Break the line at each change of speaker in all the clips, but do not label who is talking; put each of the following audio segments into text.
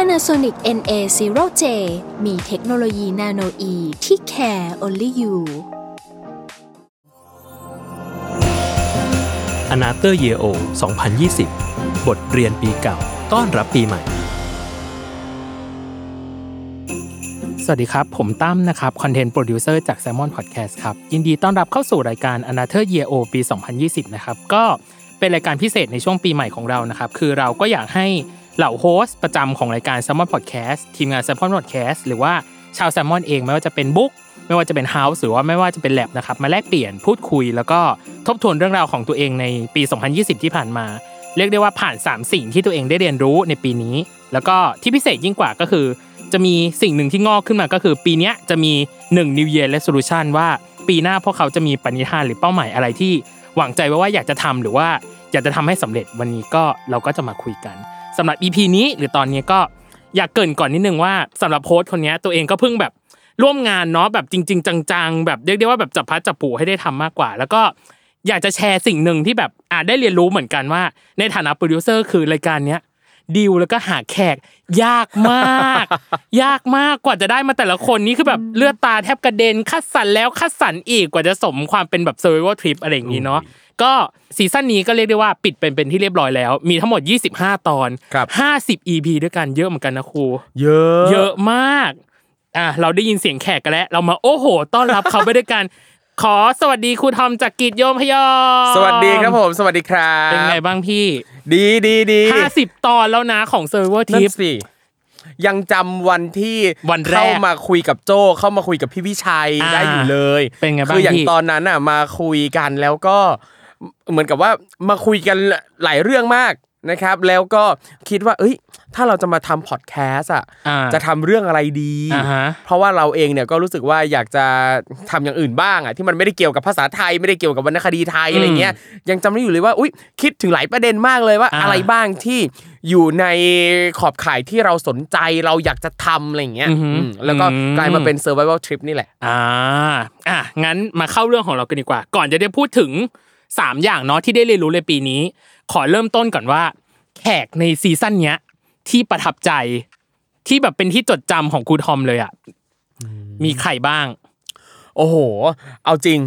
Panasonic NA0J มีเทคโนโลยีนาโนอีที่ care only you
a n a t e r Year O 2020 บทเรียนปีเก่า ต้อนรับปีใหม่ สวัสดีครับ ผมตั้มนะครับ คอนเทนต์โปรดิวเซอร์จาก s ซ l m o n Podcast ครับ ยินดีต้อนรับเข้าสู่รายการ a n a t e r Year O ปี 2020 นะครับ ก็เป็นรายการพิเศษในช่วงปีใหม่ของเรานะครับ คือเราก็อยากให้เหล่าโฮสต์ประจำของรายการ s ซ l m o n Podcast ทีมงาน s ซ l m o n Podcast หรือว่าชาว s ซ l m o n เองไม่ว่าจะเป็นบุ๊ก ไม่ว่าจะเป็น House หรือว่าไม่ว่าจะเป็น Lab นะครับ มาแลกเปลี่ยนพูดคุย แล้วก็ทบทวนเรื่องราวของตัวเองในปี 2020 ที่ผ่านมา เรียกได้ว่าผ่าน 3 สิ่งที่ตัวเองได้เรียนรู้ในปีนี้ แล้วก็ที่พิเศษยิ่งกว่าก็คือ จะมีสิ่งหนึ่งที่งอกขึ้นมาก็คือ ปีเนี้ยจะมี 1 New Year Resolution ว่าปีหน้าพวกเขาจะมีปณิธานหรือเป้าหมายอะไรที่ หวังใจไว้ว่าอยากจะทำหรือว่าอยากจะทำให้สำเร็จวันนี้ก็เราก็จะมาคุยกันสำหรับ EP นี้หรือตอนนี้ก็อยากเกรินก่อนนิดนึงว่าสำหรับโค้ชคนเนี้ยตัวเองก็เพิ่งแบบ ร่วมงานเนาะแบบจริง ๆ จัง ๆ แบบเรียกได้ว่าแบบจับพลัดจับผลูให้ได้ทำมากกว่า แล้วก็อยากจะแชร์สิ่งหนึ่งที่แบบอาจได้เรียนรู้เหมือนกันว่า ในฐานะโปรดิวเซอร์คือรายการเนี้ยดีลแล้วก็หาแขกยากมาก ยากมากกว่าจะได้มาแต่ละคนนี่คือแบบเลือดตาแทบกระเด็นคัดสรรแล้วคัดสรรอีกกว่าจะสมความเป็นแบบ survival trip อะไรอย่างนี้เนาะก็ซีซั่นนี้ก็เรียกได้ว่าปิดเป็นเป็นที่เรียบร้อยแล้ว มีทั้งหมด 25 ตอน
ครับ
50 EP ด้วยกันเยอะเหมือนกันนะครู
เยอะ
เยอะมาก อ่ะเราได้ยินเสียงแขกกันแล้ว เรามาโอ้โห ต้อนรับเขาไปด้วยกัน ขอสวัสดีครูทอมจากกีดโยมพยอม
สวัสดีครับผม สวัสดีครับ
เป็นไงบ้างพี่
ดีดีดี
50 ตอนแล้วนะของ s u r v i v o r
นั่
Trip
นสิยังจำวันที่
วันแรก
เข้ามาคุยกับโจเข้ามาคุยกับพี่วิชัย
อ่า
ได้อยู่เลย
เป็นไงบ้าง
คืออย่าง
พี่
ตอนนั้นน่ะมาคุยกันแล้วก็เหมือนกับว่ามาคุยกันหลายเรื่องมากนะครับ แล้วก็คิดว่า เอ้ย ถ้าเราจะมาทำพอดแคสต์อ่ะ
อ่า
จะทำเรื่องอะไรดี
อ่าฮะ
เพราะว่าเราเองเนี่ยก็รู้สึกว่าอยากจะทำอย่างอื่นบ้างอ่ะที่มันไม่ได้เกี่ยวกับภาษาไทยไม่ได้เกี่ยวกับวรรณคดีไทยอะไรเงี้ยยังจำได้อยู่เลยว่าอุ้ยคิดถึงหลายประเด็นมากเลยว่า
อ่า
อะไรบ้างที่อยู่ในขอบข่ายที่เราสนใจเราอยากจะทำอะไรเงี้ย
อือหือ
อืมแล้วก็
อืม
กลายมาเป็น survival trip นี่แหละ
อ่าอ่ะงั้นมาเข้าเรื่องของเรากันดีกว่า ก่อนจะได้พูดถึง 3 อย่างเนาะที่ได้เรียนรู้ในปีนี้ ขอเริ่มต้นก่อนว่า แขกในซีซั่นเนี้ย ที่ประทับใจ ที่แบบเป็นที่จดจำของครูทอมเลยอ่ะมีใครบ้าง
โอ้โห เอาจริง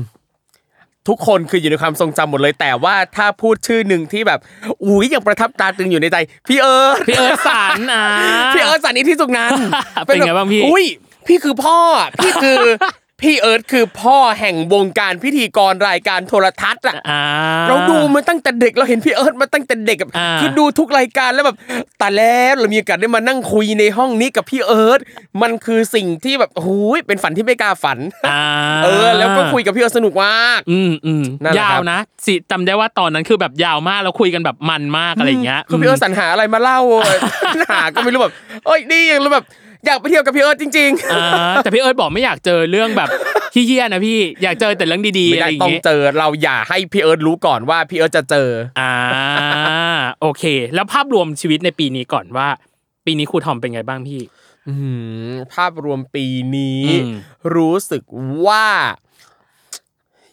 ทุกคนคืออยู่ในความทรงจำหมดเลย แต่ว่าถ้าพูดชื่อหนึ่งที่แบบอุ้ยยังประทับตาตรึงอยู่ในใจพี่เอิร์ธ
พี่เอิร์ธสัน อ่ะ
พี่เอิร์ธสันนิษฐานที่สุขนั้น
เป็นไงบ้างพี่
อุ้ย พี่คือพ่อ พี่คือ พี่เอิร์ธคือพ่อแห่งวงการพิธีกรรายการโทรทัศน์อะ
อ่า
เราดูมาตั้งแต่เด็กเราเห็นพี่เอิร์ธมาตั้งแต่เด็กอะ
อ่า
คือดูทุกรายการแล้วแบบแต่แล้วเรามีโอกาสได้มานั่งคุยในห้องนี้กับพี่เอิร์ธมันคือสิ่งที่แบบโอ้ยเป็นฝันที่ไม่กล้าฝัน
า
เออ แล้วก็คุยกับพี่เอิร์ธสนุกมาก
อืมอืม
นั่นแหละ
ยา
ครั
ว
บ
นะสิจำได้ว่าตอนนั้นคือแบบยาวมากแล้วคุยกันแบบมันมากอะไรอย่างเงี้ย
คือพี่เอิร์ธสรรหาอะไรมาเล่า เว้ย หาก็ไม่รู้แบบเอ้ยนี่ยังรู้แบบอยากไปเที่ยวกับพี่เอิร์ธจริง ๆ
อ่าแต่พี่เอิร์ธบอกไม่อยากเจอเรื่องแบบ ที่เยี่ยนะพี่อยากเจอแต่เรื่องดีๆ
ไม่
อะไร
ได้
อย่าง
ต้อง
เงี้ย
เจอเราอย่าให้พี่เอิร์ธรู้ก่อนว่าพี่เอิร์ธจะเจอ
อ่าโอเค แล้วภาพรวมชีวิตในปีนี้ก่อนว่า ปีนี้ครูทอมเป็นไงบ้างพี่
อื้อหือภาพรวมปีนี้
อืม
รู้สึกว่า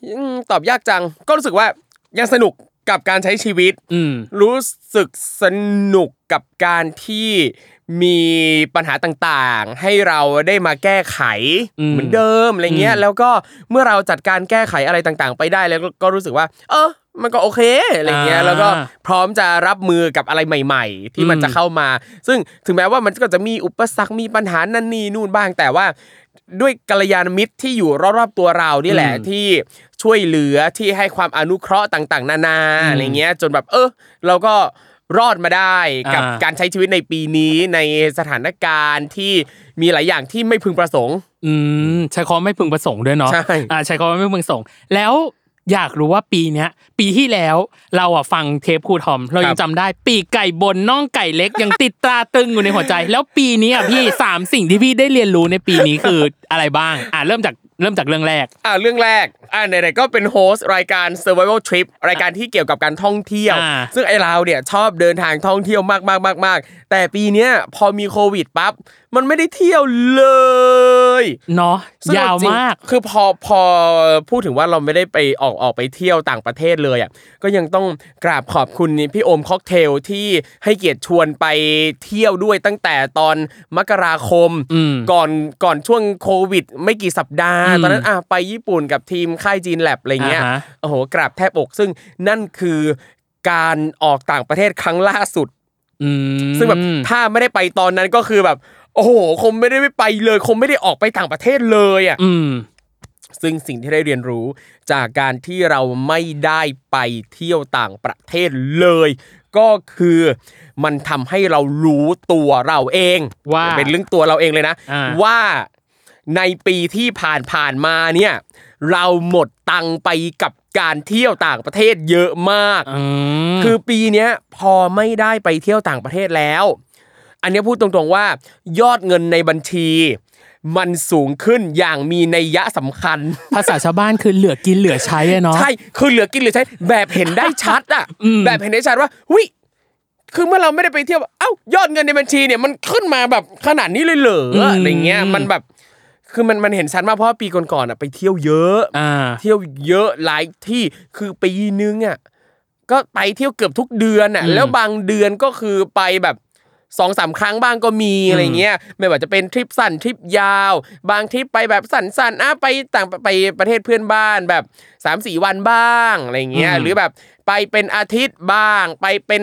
อืมตอบยากจัง ก็รู้สึกว่ายังสนุกกับการใช้ชีวิต
อืม
รู้สึกสนุกกับการที่มีปัญหาต่างๆ ให้เราได้มาแก้ไข
อืม
เหมือนเดิมอะไรเงี้ย
อืม
แล้วก็เมื่อเราจัดการแก้ไขอะไรต่างๆ ไปได้แล้วก็ก็รู้สึกว่า เออมันก็โอเคอะไรเงี้ยแล้วก็พร้อมจะรับมือกับอะไรใหม่ ๆ ที่มันจะเข้ามา ซึ่งถึงแม้ว่ามันก็จะมีอุปสรรคมีปัญหานั่นนี่นู่นบ้างแต่ว่า ด้วยกัลยาณมิตรที่อยู่รอบๆตัวเรานี่แหละ
อืม
ที่ช่วยเหลือที่ให้ความอนุเคราะห์ต่างๆ นานาอะไรเงี้ยจนแบบเออเราก็รอดมาได้กับ
อ่า
การใช้ชีวิตในปีนี้ในสถานการณ์ที่มีหลายอย่างที่ไม่พึงประสงค์
อืมใช้คำว่าไม่พึงประสงค์ด้วยเนาะ
ใช่
อ่าใช้คำว่าไม่พึงประสงค์ แล้ว อยากรู้ว่าปีเนี้ยปีที่แล้วเราอ่ะฟังเทปครูทอม เรายั
ครั
ง
บ
จำได้ ปีกไก่บนน่องไก่เล็กยังติดตราตรึงอยู่ในหัวใจ แล้วปีนี้อ่ะพี่ สามสิ่งที่พี่ได้เรียนรู้ในปีนี้คืออะไรบ้าง อ่ะเริ่มจากเริ่มจากเรื่องแรก
อ่าเรื่องแรกอ่าไหนๆก็เป็นโฮสต์รายการ Survival Trip รายการที่เกี่ยวกับการท่องเที่ยว
อ่า
ซึ่งไอเราเนี่ยชอบเดินทางท่องเที่ยวมากๆๆๆแต่ปีเนี้ยพอมีโควิดปั๊บมันไม่ได้เที่ยวเลย
เนาะ
ซึ่ง
ยาว
จริง
มาก
คือพอพอพูดถึงว่าเราไม่ได้ไปออกออกไปเที่ยวต่างประเทศเลยอ่ะก็ยังต้องกราบขอบคุณพี่โอมค็อกเทลที่ให้เกียรติชวนไปเที่ยวด้วยตั้งแต่ตอนมกราคม
อืม
ก่อนก่อนช่วงโควิด ไม่กี่สัปดาห์
อืม
ตอนนั้นอ่ะไปญี่ปุ่นกับทีมค่ายจีนแลบอะไรเงี้ย
อ่าฮะ
โอ้โหกราบแทบอกซึ่งนั่นคือการออกต่างประเทศครั้งล่าสุด
อืม
ซึ่งแบบถ้าไม่ได้ไปตอนนั้นก็คือแบบ โอ้โหคงไม่ได้ไปเลย คงไม่ได้ออกไปต่างประเทศเลยอ่ะ
อืม
ซึ่งสิ่งที่ได้เรียนรู้จากการที่เราไม่ได้ไปเที่ยวต่างประเทศเลย ก็คือมันทำให้เรารู้ตัวเราเอง
ว่า
เป็นเรื่องตัวเราเองเลยนะ
อ่า
ว่าในปีที่ผ่านผ่านๆมาเนี่ย เราหมดตังค์ไปกับการเที่ยวต่างประเทศเยอะมาก
อืม
คือปีเนี้ยพอไม่ได้ไปเที่ยวต่างประเทศแล้ว อันเนี้ยพูดตรงๆว่ายอดเงินในบัญชี มันสูงขึ้นอย่างมีนัยยะสำคัญ
ภาษาชาวบ้านคือเหลือกินเหลือใช้อะเนาะ
ใช่คือเหลือกินเหลือใช้แบบเห็นได้ชัดอ่ะ
อืม
แบบเห็นได้ชัดว่าหุยคือเมื่อเราไม่ได้ไปเที่ยวเอ้ายอดเงินในบัญชีเนี่ยมันขึ้นมาแบบขนาดนี้เลยเหรออะไรเงี้ยมันแบบคือมันมันเห็นชัดมากเพราะว่าปีก่อนๆอ่ะไปเที่ยวเยอะ
อ่า
เที่ยวเยอะหลายที่คือปีนึงอ่ะก็ไปเที่ยวเกือบทุกเดือนอ่ะ
อืม
แล้วบางเดือนก็คือไปแบบสองสามครั้งบ้างก็มีอะไรเงี้ยไม่ว่าจะเป็นทริปสั้นทริปยาว บางทริปไปแบบสั้นๆอ่ะไปต่างไปประเทศเพื่อนบ้านแบบ3ามสี่วันบ้างอะไรเงี้ย
อืม
หรือแบบไปเป็นอาทิตย์บ้าง ไปเป็น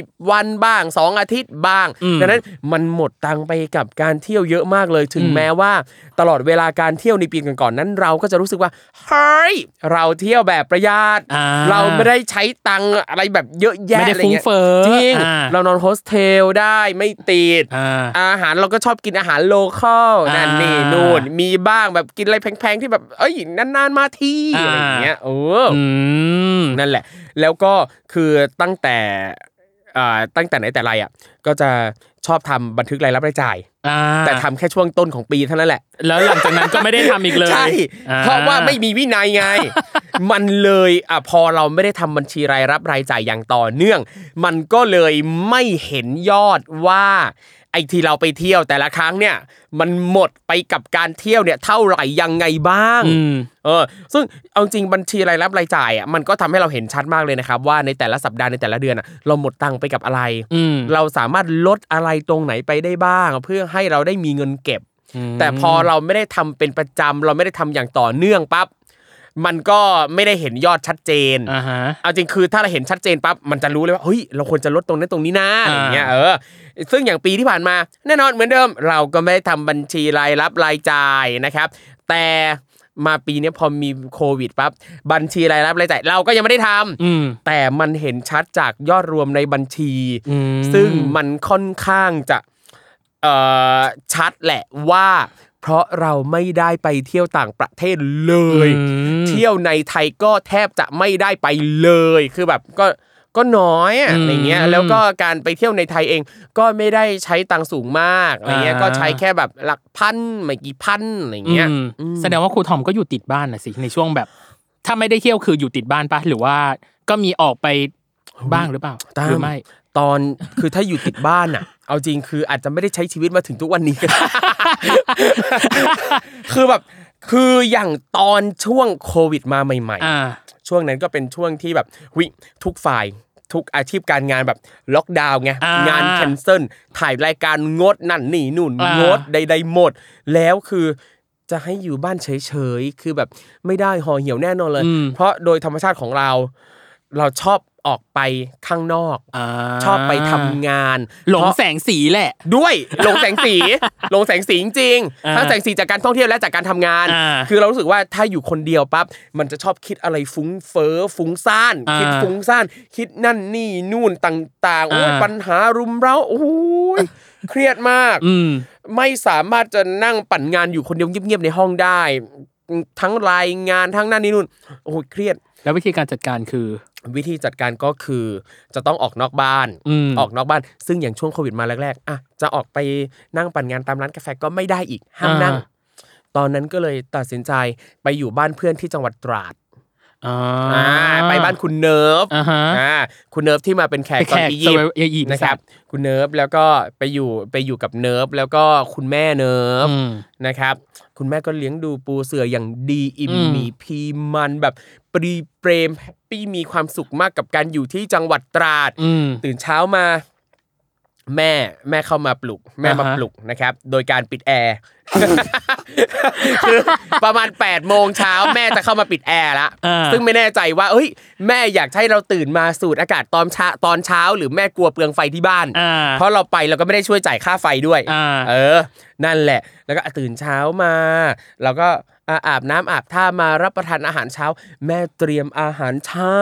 10 วันบ้างสองอาทิตย์บ้าง
อืม
ดังนั้นมันหมดตังค์ไปกับการเที่ยวเยอะมากเลยถึง
อืม
แม้ว่า ตลอดเวลาการเที่ยวในปีก่อนๆนั้น เราก็จะรู้สึกว่าเฮ้ยเราเที่ยวแบบประหยัด
อ่า
เราไม่ได้ใช้ตังค์อะไรแบบเยอะแยะ
ไม่ได้
อะไร
ฟุ้ง
เงี้ย
เฟ้อ
จริง
อ่า
เรานอนโฮสเทลได้ไม่ติด
อ่า
อาหารเราก็ชอบกินอาหารโลคอล
อ่านั่
นั่นนี่นู่นมีบ้างแบบกินอะไรแพงๆที่แบบเอ้ยนานๆมาที
อ่า
อะไรอย่างเงี้ยโอ้
อืม
นั่นแหละ แล้วก็คือตั้งแต่อ่าตั้งแต่ไหนแต่ไรอ่ะ ก็จะชอบทำบันทึกรายรับรายจ่าย
อ่า
แต่ทำแค่ช่วงต้นของปีเท่านั้นแหละ
แล้วหลังจากนั้นก็ไม่ได้ทำอีกเลย
ใช่
อ่
เพราะว่าไม่มีวินัยไง มันเลยอ่ะพอเราไม่ได้ทำบัญชีรายรับรายจ่ายอย่างต่อเนื่อง มันก็เลยไม่เห็นยอดว่าไอ้ที่เราไปเที่ยวแต่ละครั้งเนี่ย มันหมดไปกับการเที่ยวเนี่ยเท่าไหร่ยังไงบ้าง
อืม
เออซึ่งเอาจริงบัญชีรายรับรายจ่ายอ่ะมันก็ทำให้เราเห็นชัดมากเลยนะครับ ว่าในแต่ละสัปดาห์ในแต่ละเดือนอ่ะเราหมดตังค์ไปกับอะไร
อืม
เราสามารถลดอะไรตรงไหนไปได้บ้าง เพื่อให้เราได้มีเงินเก็บ แต่พอเราไม่ได้ทำเป็นประจำเราไม่ได้ทำอย่างต่อเนื่องปั๊บมันก็ไม่ได้เห็นยอดชัดเจน
อ่าฮะ
เอาจริงคือถ้าเราเห็นชัดเจนปั๊บมันจะรู้เลยว่าเฮ้ยเราควรจะลดตรงนั้นตรงนี้นะอะไรอย่างเงี้ย
อ่า
เออซึ่งอย่างปีที่ผ่านมาแน่นอนเหมือนเดิม เราก็ไม่ได้ทำบัญชีรายรับรายจ่ายนะครับ แต่มาปีเนี้ยพอมีโควิดปั๊บบัญชีรายรับรายจ่ายเราก็ยังไม่ได้ทำ
อืม
แต่มันเห็นชัดจากยอดรวมในบัญชี
อืม
ซึ่งมันค่อนข้างจะเอ่อชัดแหละว่า เพราะเราไม่ได้ไปเที่ยวต่างประเทศเลย
อืม
เที่ยวในไทยก็แทบจะไม่ได้ไปเลย คือแบบก็ก็น้อยอะ
อืม
อะไรเงี้ยแล้วก็การไปเที่ยวในไทยเองก็ไม่ได้ใช้ตังค์สูงมากอะไรเงี้ย
อ่า
ก็ใช้แค่แบบหลักพันไม่กี่พันอะไรเงี้ย
อืมแสดงว่าครูทอมก็อยู่ติดบ้านนะสิในช่วงแบบ ถ้าไม่ได้เที่ยวคืออยู่ติดบ้านปะหรือว่าก็มีออกไปบ้างหรือเปล่าหรือไม่
ตอนคือถ้าอยู่ติดบ้านอ่ะ เอาจริงคืออาจจะไม่ได้ใช้ชีวิตมาถึงทุกวันนี้ก็ได้ คือแบบคืออย่างตอนช่วงโควิดมาใหม่
อ่า
ๆ ช่วงนั้นก็เป็นช่วงที่แบบวิทุกฝ่ายทุกอาชีพการงานแบบล็อกดาวน์ไง
อ่าง
านแคนเซิลถ่ายรายการงดนั่นนี่นู่น
อ่าง ง
ดใด ๆ หมด แล้วคือจะให้อยู่บ้านเฉยๆคือแบบไม่ได้ห่อเหี่ยวแน่นอนเลย เพราะโดยธรรมชาติของเรา เราชอบออกไปข้างนอก
อ่า
ชอบไปทำงาน
หลง
เพราะ
แสงสีแหละ
ด้วยลงแสงสี ลงแสงสีจริง
อ่า
ๆทั้งแสงสีจากการท่องเที่ยวและจากการทำงาน
อ่า
คือเรารู้สึกว่าถ้าอยู่คนเดียวปั๊บมันจะชอบคิดอะไรฟุ้งเฟ้อฟุ้งซ่าน
อ่า
คิดฟุ้งซ่าน คิดนั่นนี่นู่นต่างๆโอ้ย
อ่า
ปัญหารุมเร้าโอ้ยเครียดมาก
อืม
ไม่สามารถจะนั่งปั่นงานอยู่คนเดียวเงียบๆในห้องได้ ทั้งรายงานทั้งนั่นนี่นู่นโอ้โหเครียด
แล้ววิธีการจัดการคือ
วิธีจัดการก็คือจะต้องออกนอกบ้าน
อืม
ออกนอกบ้าน ซึ่งอย่างช่วงโควิดมาแรกๆอ่ะจะออกไปนั่งปั่นงานตามร้านกาแฟก็ไม่ได้อีกห้ามนั่ง ตอนนั้นก็เลยตัดสินใจไปอยู่บ้านเพื่อนที่จังหวัดตราด
อ่า
อ่าไปบ้านคุณเนิร์ฟ
อ่าฮะ
อ่าคุณเนิร์ฟที่มาเป็นแขก
ไป
ตอ
แข
น
ก
อี
ส
ยิป
ว
ต์
ยอีก
นะ
นะ
ค
ค
รั
รั
บบ คุณเนิร์ฟแล้วก็ไปอยู่ไปอยู่กับเนิร์ฟแล้วก็คุณแม่เนิร์ฟ
อืม
นะครับคุณแม่ก็เลี้ยงดูปูเสืออย่างดีอิ่ม
อืม
มีพีมันแบบปรีเปรมแฮปปี้มีความสุขมากกับการอยู่ที่จังหวัดตราด
อืม
ตื่นเช้ามา แม่แม่เข้ามาปลุก แม่มา
อ่าฮะ
ปลุกนะครับ โดยการปิดแอร์ คือประมาณ8ปดโมงเช้าแม่จะเข้ามาปิดแอร์ละ
อ่า
ซึ่งไม่แน่ใจว่าเอ้ย แม่อยากให้เราตื่นมาสูดอากาศตอนเช้าตอนเช้า หรือแม่กลัวเปลืองไฟที่บ้าน
อ่า
เพราะเราไปเราก็ไม่ได้ช่วยจ่ายค่าไฟด้วย
อ่า
เออ นั่นแหละ แล้วก็อ่ะตื่นเช้ามาเราก็อ่ะอาบน้ำอาบท่ามารับประทานอาหารเช้า แม่เตรียมอาหารเช้า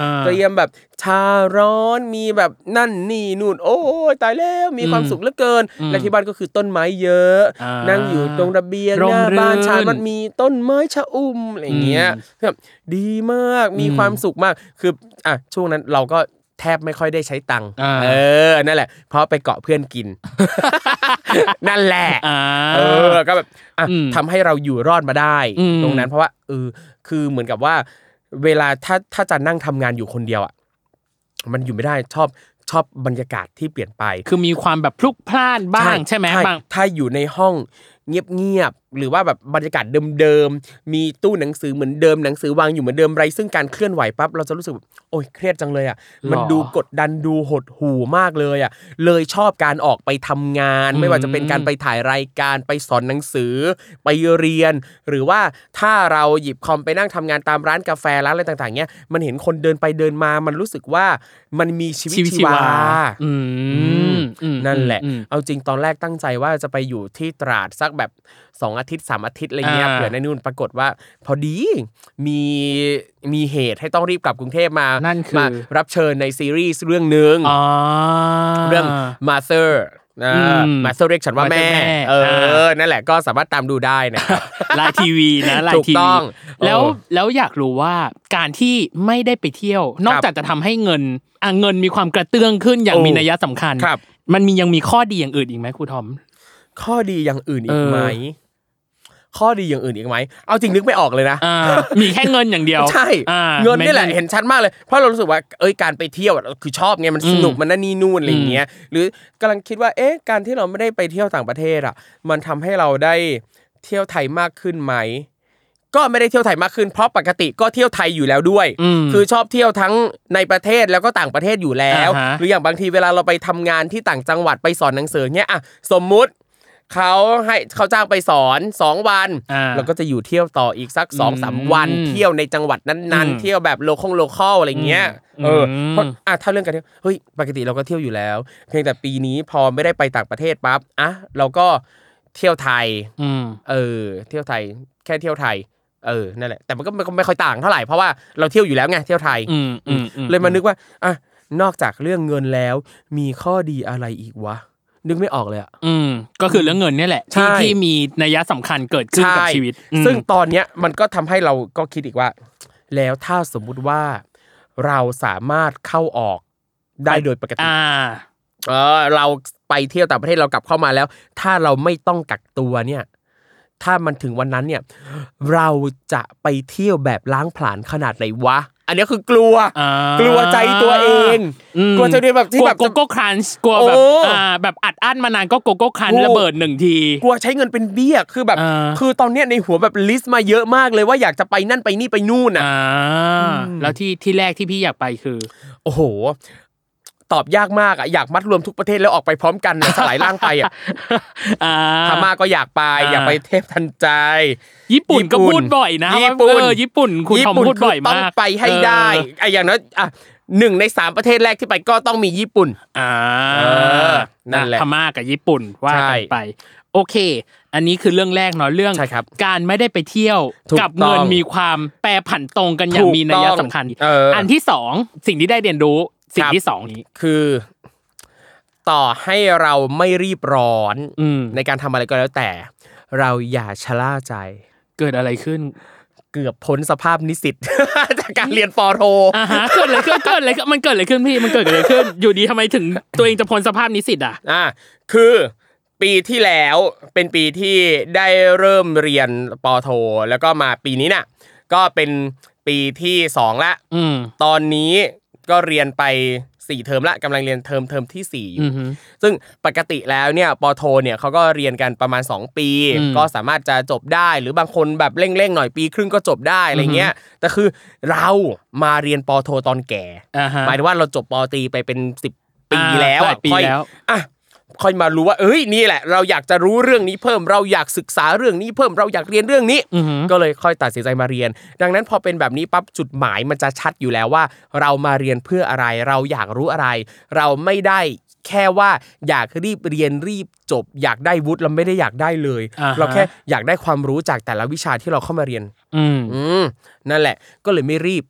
อ่า
เตรียมแบบชาร้อนมีแบบนั่นนี่นู่น โอ้ยตายแล้วมีความ
อืม
สุขเหลือเกิน
อืม
และที่บ้านก็คือต้นไม้เยอะ
อ่า
นั่งอยู่ตรงระเบียง
ร่
ห
ม
น้าบ้าน
รื่น
ชายมันมีต้นไม้ชะอุ่มอะไรอย่างเงี้ย
อืม
แบบดีมากมีความสุขมากคืออ่ะช่วงนั้นเราก็แทบไม่ค่อยได้ใช้ตังค์
อ่า
เออ นั่นแหละ เพราะไปเกาะเพื่อนกิ น นั่นแหละ
อ่า
เออ ก็แบบอ่ะ
อืม
ทำให้เราอยู่รอดมาได้
อืม
ตรงนั้นเพราะว่าเออ คือเหมือนกับว่า เวลาถ้าถ้าจะนั่งทำงานอยู่คนเดียวอ่ะ มันอยู่ไม่ได้ชอบชอบบรรยากาศที่เปลี่ยนไป
คือมีความแบบพลุกพล่านบ้างใช่ไหมบาง
ถ้าอยู่ในห้องเงียบๆหรือว่าแบบบรรยากาศเดิมๆมีตู้หนังสือเหมือนเดิมหนังสือวางอยู่เหมือนเดิมไร ซึ่งการเคลื่อนไหวปั๊บเราจะรู้สึกแบบโอ้ยเครียดจังเลยอ่ะมัน
หรอ
ดูกดดันดูหดหู่มากเลยอ่ะเลยชอบการออกไปทำงาน
อืม
ไม่ว่าจะเป็นการไปถ่ายรายการไปสอนหนังสือ ไปเรียน หรือว่าถ้าเราหยิบคอมไปนั่งทำงานตามร้านกาแฟร้านอะไรต่างๆเนี้ยมันเห็นคนเดินไปเดินมามันรู้สึกว่ามันมีชีวิต
ชีวิต
ชี
ชี
ว
วา
า
อืมอืม
นั่นแหละ
อืม
เอาจริงตอนแรกตั้งใจว่าจะไปอยู่ที่ตราดสักแบบ 2 อาทิตย์ 3 อาทิตย์อะไรเงี้ย
อ่า
เผื่อในนู่นปรากฏว่า พอดีมีมีเหตุให้ต้องรีบกลับกรุงเทพมา
นั่นคือ
มารับเชิญในซีรีส์เรื่องหนึ่ง
อ๋อ
เรื่อง Mother นะ
อืม
Mother เรียกฉันว่าแม่
Mother แม่
เอ
อ่
อา นั่นแหละก็สามารถตามดูได้นะครับ
ไลน์ทีวีนะไล
ถู
น์
ก
ที
ต้
วี
อง
แล้ว
เออ
แล้วอยากรู้ว่าการที่ไม่ได้ไปเที่ยว นอกจากจะทำให้เงินอ่ะเงินมีความกระเตื้องขึ้นอย่าง
โอ้
มีนัยสำคัญ
ครับ
มันมียังมีข้อดีอย่างอื่นอีกไหมครูทอม
ข้อดีอย่างอื่นอี
เอกอ
ไหม ข้อดีอย่างอื่นอีกไหม เอาจริงนึกไม่ออกเลยนะ
อ่า มีแค่เงินอย่างเดียว
ใช่
อ่า
เงินนี่แหละ
ไม่
เห็นชัดมากเลย เพราะเรารู้สึกว่าเอ้ยการไปเที่ยวอะคือชอบไงมันสนุก
อืม
มันนั่นนี่นู่นอะไรอย่างเงี้ยหรือกำลังคิดว่าเอ๊ะการที่เราไม่ได้ไปเที่ยวต่างประเทศอ่ะ มันทำให้เราได้เที่ยวไทยมากขึ้นไหม ก็ไม่ได้เที่ยวไทยมากขึ้นเพราะปกติก็เที่ยวไทยอยู่แล้วด้วย
อืม
คือชอบเที่ยวทั้งในประเทศแล้วก็ต่างประเทศอยู่แล้ว
อ่าฮะ
หรืออย่างบางทีเวลาเราไปทำงานที่ต่างจังหวัดไปสอนหนังสือเนี้ยอ่ะสมมุติเขาให้เขาจ้างไปสอนสองวัน
อ่า
แล้วก็จะอยู่เที่ยวต่ออีกสักสองสาม
อืม
วันเที่ยวในจังหวัดนั้น
อืม
ๆ เที่ยวแบบโลคงโลคอลอะไรเงี้ย
อืม
เออ
ม
เพราะอ่ะถ้าเรื่องการเที่ยวเฮ้ยปกติเราก็เที่ยวอยู่แล้ว เพียงแต่ปีนี้พอไม่ได้ไปต่างประเทศปั๊บอ่ะเราก็เที่ยวไทย
อืม
เออ เที่ยวไทยแค่เที่ยวไทย เออนั่นแหละแต่มันก็ไม่ไม่ค่อยต่างเท่าไหร่เพราะว่าเราเที่ยวอยู่แล้วไงเที่ยวไทย
อืมอืมอื
เลยมานึกว่าอ่ะนอกจากเรื่องเงินแล้ว มีข้อดีอะไรอีกวะนึกไม่ออกเลยอะ
อืมก็คือเรื่องเงินเนี่ยแหละที่
ใช่
ที่มีนัยสำคัญเกิดขึ้นกับ
ใ
ชีวิตอืม
ซึ่งตอนเนี้ยมันก็ทำให้เราก็คิดอีกว่า แล้วถ้าสมมุติว่าเราสามารถเข้าออกได้โดยปกติ
อ่า
เออ เราไปเที่ยวต่างประเทศเรากลับเข้ามาแล้ว ถ้าเราไม่ต้องกักตัวเนี่ย ถ้ามันถึงวันนั้นเนี่ย เราจะไปเที่ยวแบบล้างผลาญขนาดไหนวะ อันเนี้ยคือกลัว
อ่าก ก
ลัวใจตัวเอง
อืม
กลัวใจตัวเองแบบที่
กลัว
แบบ
โกโก้ครันช์กลัวแบบ
โอ้
อ่าแบบอัดอั้นมานานก็โกโก้ครันช์
ถูก
ระเบิดหนึ่งที
กลัวใช้เงินเป็นเบี้ยคือแบบ
อ่า
คือตอนเนี้ยในหัวแบบลิสต์มาเยอะมากเลยว่าอยากจะไปนั่นไปนี่ไปนู่นอ่ะ
อ่าแล้วที่ที่แรกที่พี่อยากไปคือ
โอ้โห ตอบยากมากอะอยากมัดรวมทุกประเทศแล้วออกไปพร้อมกัน นะสลายร่างไปอะ
อ่า
พม่าก็อยากไป
อ่า
อยากไปเทพทันใจ
ญี่ปุ่นก็
ญี่ปุ่น
พูดบ่อยนะ
ญี่
ว่า
ปุ่น
เออญี่ปุ่นคุณทอมพูด
คื
บ่อย
ต้อง
มาก
ไปให้ได้
เออ
ไอ้อย่างนั้นอ่ะหนึ่งในสามประเทศแรกที่ไปก็ต้องมีญี่ปุ่น
อ่า
เออนั่นแหละ
พม่ากับญี่ปุ่นว่า
ใช่
กันไป โอเค อันนี้คือเรื่องแรกเนาะเรื่อง
ใช่ครับ
การไม่ได้ไปเที่ยว
ถูก
กัเงิน
ต้อง
มีความแปรผันตรงกันอย่า
ถู
ง
ก
มีนัย
ต้อง
สำคัญ
เอออั
นที่สองสิ่งที่ได้เรียนรู้สิ่
ค
ง
รับ
ที่สองนี้
คือ ต่อให้เราไม่รีบร้อน
อืม
ในการทำอะไรก็แล้วแต่ เราอย่าชะล่าใจ
เกิดอะไรขึ้น
เกือบพ้นสภาพนิสิต จากการเรียนปอโท
อ่าฮะเกิดอะไรขึ้นเกิดอะไรขึ้นมันเกิดอะไรขึ้นพี่มันเกิดอะไรขึ้น อยู่ดีทำไมถึงตัวเองจะพ้นสภาพนิสิตอ่ะ
อ่าคือปีที่แล้วเป็นปีที่ได้เริ่มเรียนปอโท แล้วก็มาปีนี้น่ะก็เป็นปีที่สองละ
อืม
ตอนนี้ก็เรียนไปสี่เทอมละกำลังเรียนเทอมเทอมที่สี่อยู่
อืมฮึ
ซึ่งปกติแล้วเนี่ยปอโทเนี่ยเขาก็เรียนกันประมาณ 2 ปี
อืม
ก็สามารถจะจบได้หรือบางคนแบบเร่งๆหน่อยปีครึ่งก็จบได้อะไรเงี้ยแต่คือเรามาเรียนปอโทตอนแก่
อ่าฮะ
หมายถึงว่าเราจบปอตรีไปเป็น 10 ปี
อ่า
แล้ว
หลา
อะ
ยปี
ค่อย
แล้ว
อ่ะค่อยมารู้ว่าเอ้ยนี่แหละ เราอยากจะรู้เรื่องนี้เพิ่มเราอยากศึกษาเรื่องนี้เพิ่มเราอยากเรียนเรื่องนี้
อือฮึ
ก็เลยค่อยตัดสินใจมาเรียน ดังนั้นพอเป็นแบบนี้ปั๊บจุดหมายมันจะชัดอยู่แล้วว่า เรามาเรียนเพื่ออะไร เราอยากรู้อะไร เราไม่ได้แค่ว่าอยากรีบเรียนรีบจบ อยากได้วุฒิเราไม่ได้อยากได้เลย
อ่าฮะ
เราแค่อยากได้ความรู้จากแต่ละวิชาที่เราเข้ามาเรียน
อืม
อืมนั่นแหละก็เลยไม่รีบ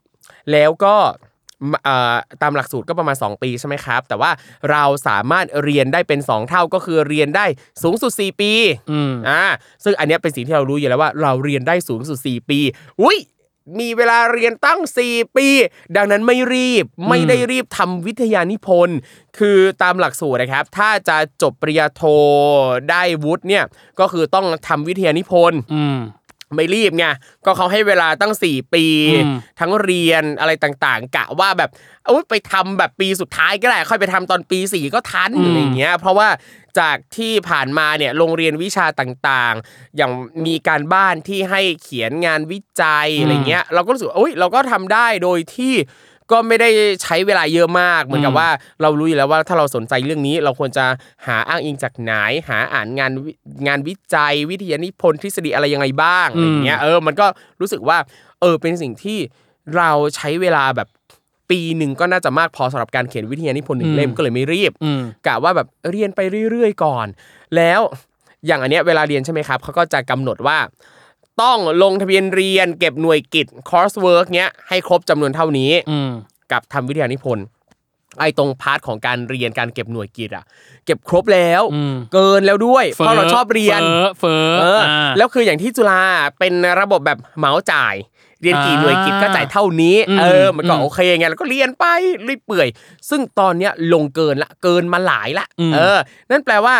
แล้วก็มเอ่อตามหลักสูตรก็ประมาณ 2 ปีใช่ไหมครับ แต่ว่าเราสามารถเรียนได้เป็น 2 เท่าก็คือเรียนได้สูงสุด 4 ปี
อืม
อ่าซึ่งอันเนี้ยเป็นสิ่งที่เรารู้อยู่แล้วว่าเราเรียนได้สูงสุด 4 ปีอุ้ยมีเวลาเรียนตั้ง 4 ปี ดังนั้นไม่รีบไม่ได้รีบทำวิทยานิพนธ์คือตามหลักสูตรนะครับ ถ้าจะจบปริญญาโทได้วุฒิเนี่ยก็คือต้องทำวิทยานิพนธ์
อืม
ไม่รีบไง ก็เขาให้เวลาตั้ง 4 ปี
อืม
ทั้งเรียนอะไรต่างๆ กะว่าแบบเอาไปทำแบบปีสุดท้ายก็ได้ ค่อยไปทำตอนปี 4 ก็ทันอะไรอย่างเงี้ย เพราะว่าจากที่ผ่านมาเนี่ยโรงเรียนวิชาต่างๆ อย่างมีการบ้านที่ให้เขียนงานวิจัยอะไรเงี้ย เราก็รู้สึกว่าอุ้ยเราก็ทำได้โดยที่ก็ไม่ได้ใช้เวลาเยอะมาก เหมือนกับว่าเรารู้อยู่แล้วว่าถ้าเราสนใจเรื่องนี้เราควรจะหาอ้างอิงจากไหน หาอ่านงานวิงานวิจัย วิทยานิพนธ์ทฤษฎีอะไรยังไงบ้างอะไรเงี้ย เออ มันก็รู้สึกว่า เออ เป็นสิ่งที่เราใช้เวลาแบบปีหนึ่งก็น่าจะมากพอสำหรับการเขียนวิทยานิพนธ์หนึ่งเล่มก็เลยไม่รีบ
อืม
กะว่าแบบเรียนไปเรื่อยๆก่อน แล้วอย่างอันเนี้ยเวลาเรียนใช่ไหมครับเขาก็จะกำหนดว่า ต้องลงทะเบียนเรียนเก็บหน่วยกิจคอร์สเวิร์กเนี้ยให้ครบจำนวนเท่านี้
อืม
กับทำวิทยานิพนธ์ไอ้ตรงพาร์ทของการเรียนการเก็บหน่วยกิจอะเก็บครบแล้ว
อืม
เกินแล้วด้วย เพราะเราชอบเรียน
เฟ้อ
เอ
เฟ้อ
อ
อ่า
แล้วคืออย่างที่จุฬาเป็นระบบแบบเหมาจ่าย เรียนกี่
อ่า
หน่วยกิจก็จ่ายเท่านี้
อืม
เออมันก็
อืม
โอเคไงแล้วก็เรียนไปเรื่อยเปื่อย ซึ่งตอนเนี้ยลงเกินละเกินมาหลายละ
อืม
เออ นั่นแปลว่า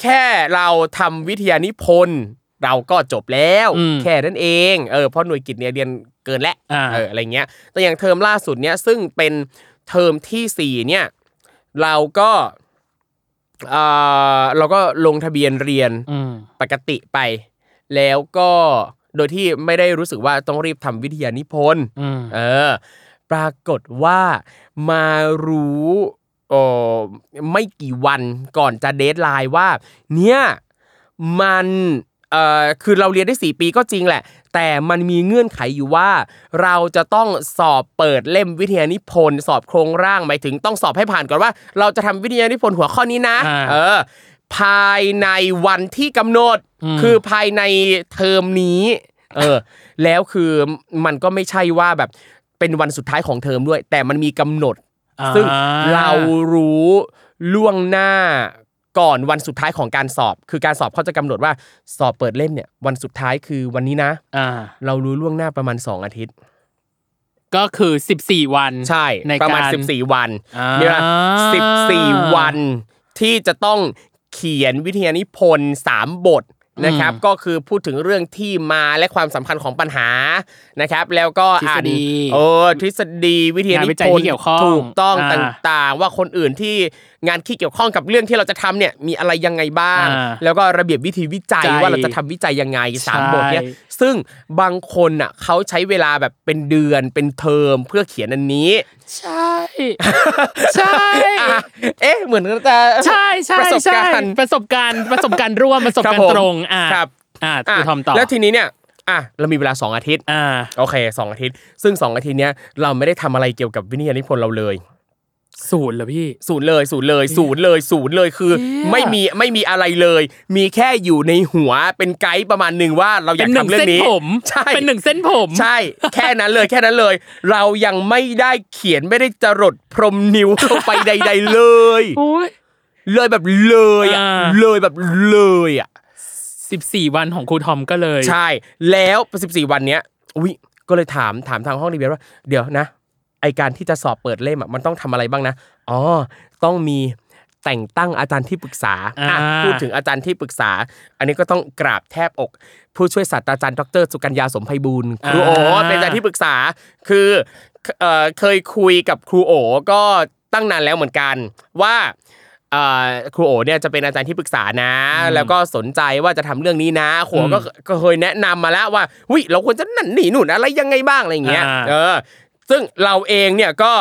แค่เราทำวิทยานิพนธ์เราก็จบแล้ว แค่นั้นเองเออเพราะหน่วยกิจเนี่ยเรียนเกินแล้ว
อ่า
เอออะไรเงี้ย แต่อย่างเทอมล่าสุดเนี้ยซึ่งเป็นเทอมที่สี่เนี่ย เราก็เออเราก็ลงทะเบียนเรียน
อืม
ปกติไป แล้วก็โดยที่ไม่ได้รู้สึกว่าต้องรีบทำวิทยานิพนธ์
อืม
เออ ปรากฏว่ามารู้เออไม่กี่วันก่อนจะเดทไลน์ว่า เนี่ยมันเออคือเราเรียนได้ 4 ปีก็จริงแหละ แต่มันมีเงื่อนไขอยู่ว่า เราจะต้องสอบเปิดเล่มวิทยานิพนธ์สอบโครงร่างหมายถึงต้องสอบให้ผ่านก่อนว่า เราจะทำวิทยานิพนธ์หัวข้อนี้นะ
อ่า
เออภายในวันที่กำหนด คือภายในเทอมนี้ เออ แล้วคือมันก็ไม่ใช่ว่าแบบเป็นวันสุดท้ายของเทอมด้วย แต่มันมีกำหนด
อ่า
ซึ่งเรารู้ล่วงหน้าก่อนวันสุดท้ายของการสอบ คือการสอบเขาจะกำหนดว่าสอบเปิดเล่มเนี่ย วันสุดท้ายคือวันนี้นะ
อ่า
เรารู้ล่วงหน้าประมาณ 2 อาทิตย์
ก็คือสิบสี่วัน
ใช่
ใน
ประมาณ
การ
14 วัน
อ่า
เนี่ยสิบสี่วันที่จะต้องเขียนวิทยานิพนธ์สามบทนะครับ ก็คือพูดถึงเรื่องที่มาและความสำคัญของปัญหานะครับ แล้วก็อ่าน
ทฤษฎี
เออทฤษฎีวิทยา
งา
นิ
นวิ
พ
จัย
น
ที่
ธ์
เกี่ยวข้อง
ถูกต้องต
อ่า
่างๆ ว่าคนอื่นที่งานที่เกี่ยวข้องกับเรื่องที่เราจะทำเนี่ยมีอะไรยังไงบ้าง
อ่า
แล้วก็ระเบียบวิธีวิจัย
ใจ
ว่าเราจะทำวิจัยยังไงสาม
ใช่
บทเนี่ย ซึ่งบางคนอ่ะเขาใช้เวลาแบบเป็นเดือนเป็นเทอมเพื่อเขียนอันนี้
ใช่ ใช่
อ่ะเอ๊ะเหมือนจะ
ใช่ใช่
ประสบ
ใช่
การณ์
ประสบการณ์ประสบการณ์ร่วมประสบการ
ครั
ณ์
บผม
ตรงอ่า
ครับ
อ่า
อ่ะ
คุณทอมต่อ
แล้วทีนี้เนี่ยอ่ะเรามีเวลา 2 อาทิตย์
อ่า
โอเค 2 อาทิตย์ ซึ่ง 2 อาทิตย์เนี้ยเราไม่ได้ทำอะไรเกี่ยวกับวิทยานิพนธ์เราเลย
ศูนย์เหรอพี่
ศูนย์เลยศูนย์เลยศูนย์เลยศูนย์เลยคือ
เชี่ย
ไม่มีไม่มีอะไรเลย มีแค่อยู่ในหัวเป็นไกด์ประมาณหนึ่งว่าเราอ
เป็
ยาน ก
หนึ่ง
ทำเรื่อ
เส้น
งนี้
ผม
ใช่
เป็นหนึ่งเส้นผม
ใช่ แค่นั้นเลยแค่นั้นเลย เรายังไม่ได้เขียนไม่ได้จรดพรมนิ้วเข้าไปใด ๆ เลย
โอ้ย
เลยแบบเลยอ่ะ
อ่า
เลยแบบเลยอ่ะ
14 14 วันของครูทอมก็เลย
ใช่ แล้ว14 วันเนี้ยอุ้ยก็เลยถามถามทางห้องรีเบียว่า เดี๋ยวนะ ไอการที่จะสอบเปิดเล่มอะมันต้องทำอะไรบ้างนะ อ๋อ ต้องมีแต่งตั้งอาจารย์ที่ปรึกษาอ่ะ
อ่า
พูดถึงอาจารย์ที่ปรึกษา อันนี้ก็ต้องกราบแทบอก ผู้ช่วยศาสตราจารย์ดรสุกัญญาสมไพบูลย์ครูโอเป็นอาจารย์ที่ปรึกษา คือเอ่อเคยคุยกับครูโอก็ตั้งนานแล้วเหมือนกันว่าเอ่อครูโอเนี่ยจะเป็นอาจารย์ที่ปรึกษานะ แล้วก็สนใจว่าจะทำเรื่องนี้นะครูโอก็ก็เคยแนะนำมาแล้วว่าวิเราควรจะนั่นนี่นู่นอะไรยังไงบ้างอะไรอย่างเงี้ย
อ่า
เออ ซึ่งเราเองเนี่ยก็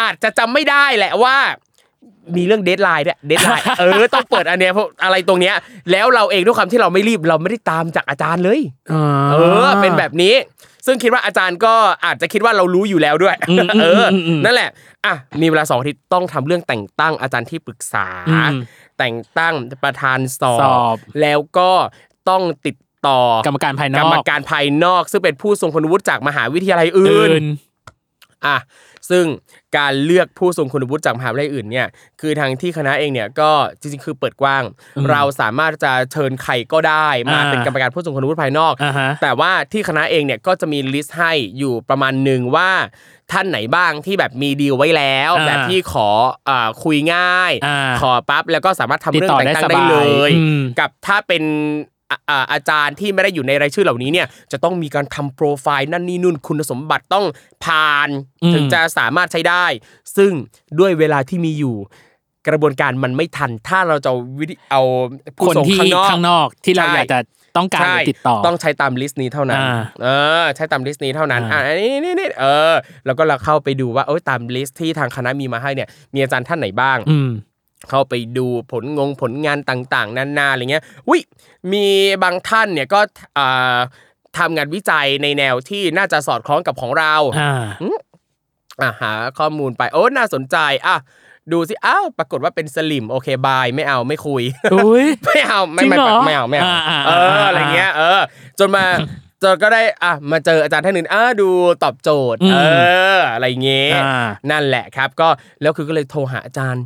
อาจจะจำไม่ได้แหละว่า มีเรื่องเดทไลน์เนี่ยเดท ไลน์ เออต้องเปิดอันเนี้ยเพราะอะไรตรงเนี้ย แล้วเราเองด้วยความที่เราไม่รีบเราไม่ได้ตามจากอาจารย์เลย เออเป็นแบบนี้ ซึ่งคิดว่าอาจารย์ก็อาจจะคิดว่าเรารู้อยู่แล้วด้วย เอออนั่นแหละอ่ะมีเวลาสองอาทิตย์ต้องทำเรื่องแต่งตั้งอาจารย์ที่ปรึกษา
อืม
แต่งตั้งประธานสอ
สอบ
แล้วก็ต้องติดต่อก
รรมการภายน
ก
อ
ร
ก
รมการภายนอก ซึ่งเป็นผู้ทรงคุณวุฒิจากมหาวิทยาลัยอื่น
อื่น
อ่ะซึ่งการเลือกผู้ทรงคุณวุฒิจากมหาวิทยาลัยอื่นเนี่ยคือทางที่คณะเองเนี่ยก็จริงๆคือเปิดกว้าง
อืม
เราสามารถจะเชิญใครก็ได้มา
อ่า
เป็นกรรมการผู้ทรงคุณวุฒิภายนอก
อ่าฮะ
แต่ว่าที่คณะเองเนี่ยก็จะมีลิสต์ให้อยู่ประมาณหนึ่งว่าท่านไหนบ้างที่แบบมีดีลไว้แล้ว
อ่า
แบบที่ขอเอ่อคุยง่าย
อ่า
ขอปั๊บแล้วก็สามารถทำ
ติด
เรื่อง
ต่อ
แต่งตั้ง
ได้
ได้
สบาย
เลย
อืม
กับถ้าเป็นอ่ะอ่ะอาจารย์ที่ไม่ได้อยู่ในรายชื่อเหล่านี้เนี่ยจะต้องมีการทำโปรไฟล์นั่นนี่นู่นคุณสมบัติต้องผ่าน
อืม
ถึงจะสามารถใช้ได้ ซึ่งด้วยเวลาที่มีอยู่ กระบวนการมันไม่ทัน ถ้าเราจะวิธีเอาผู้
คน
ส่ง
ที่
ข้างนอก
ข้างนอกที่เรา
ใช่
อยากจะต้องการหรือติดต่อ
ใช่ต้องใช้ตามลิสต์นี้เท่านั้น
อ่า
เออใช้ตามลิสต์นี้เท่านั้นอ่า
อ่า
อันนี้นี่นี่เออ แล้วก็เราเข้าไปดูว่าเอ้ยตามลิสต์ที่ทางคณะมีมาให้เนี่ยมีอาจารย์ท่านไหนบ้าง
ืม
เข้าไปดูผลงงผลงานต่างๆ นานาอะไรเงี้ยวิมีบางท่านเนี่ยก็อ่าทำงานวิจัยในแนวที่น่าจะสอดคล้องกับของเรา
อ่า
อ่ะหาข้อมูลไปโอ้น่าสนใจอ่ะดูสิอ้าวปรากฏว่าเป็นสลิมโอเคบายไม่เอาไม่คุย
อุ้ย
ไม่เอาไม่
จริง
ไม่
เหรอ
ไม่เอาไม่เอา
อ่าอ่า
เออ
อ่า
อะไรเงี้ยเออ จนมา จนก็ได้อ่ะมาเจออาจารย์ท่านหนึ่งอ่ะดูตอบโจทย์
อืม
เอออะไรเงี้ย
อ่า
นั่นแหละครับ ก็แล้วคือก็เลยโทรหาอาจารย์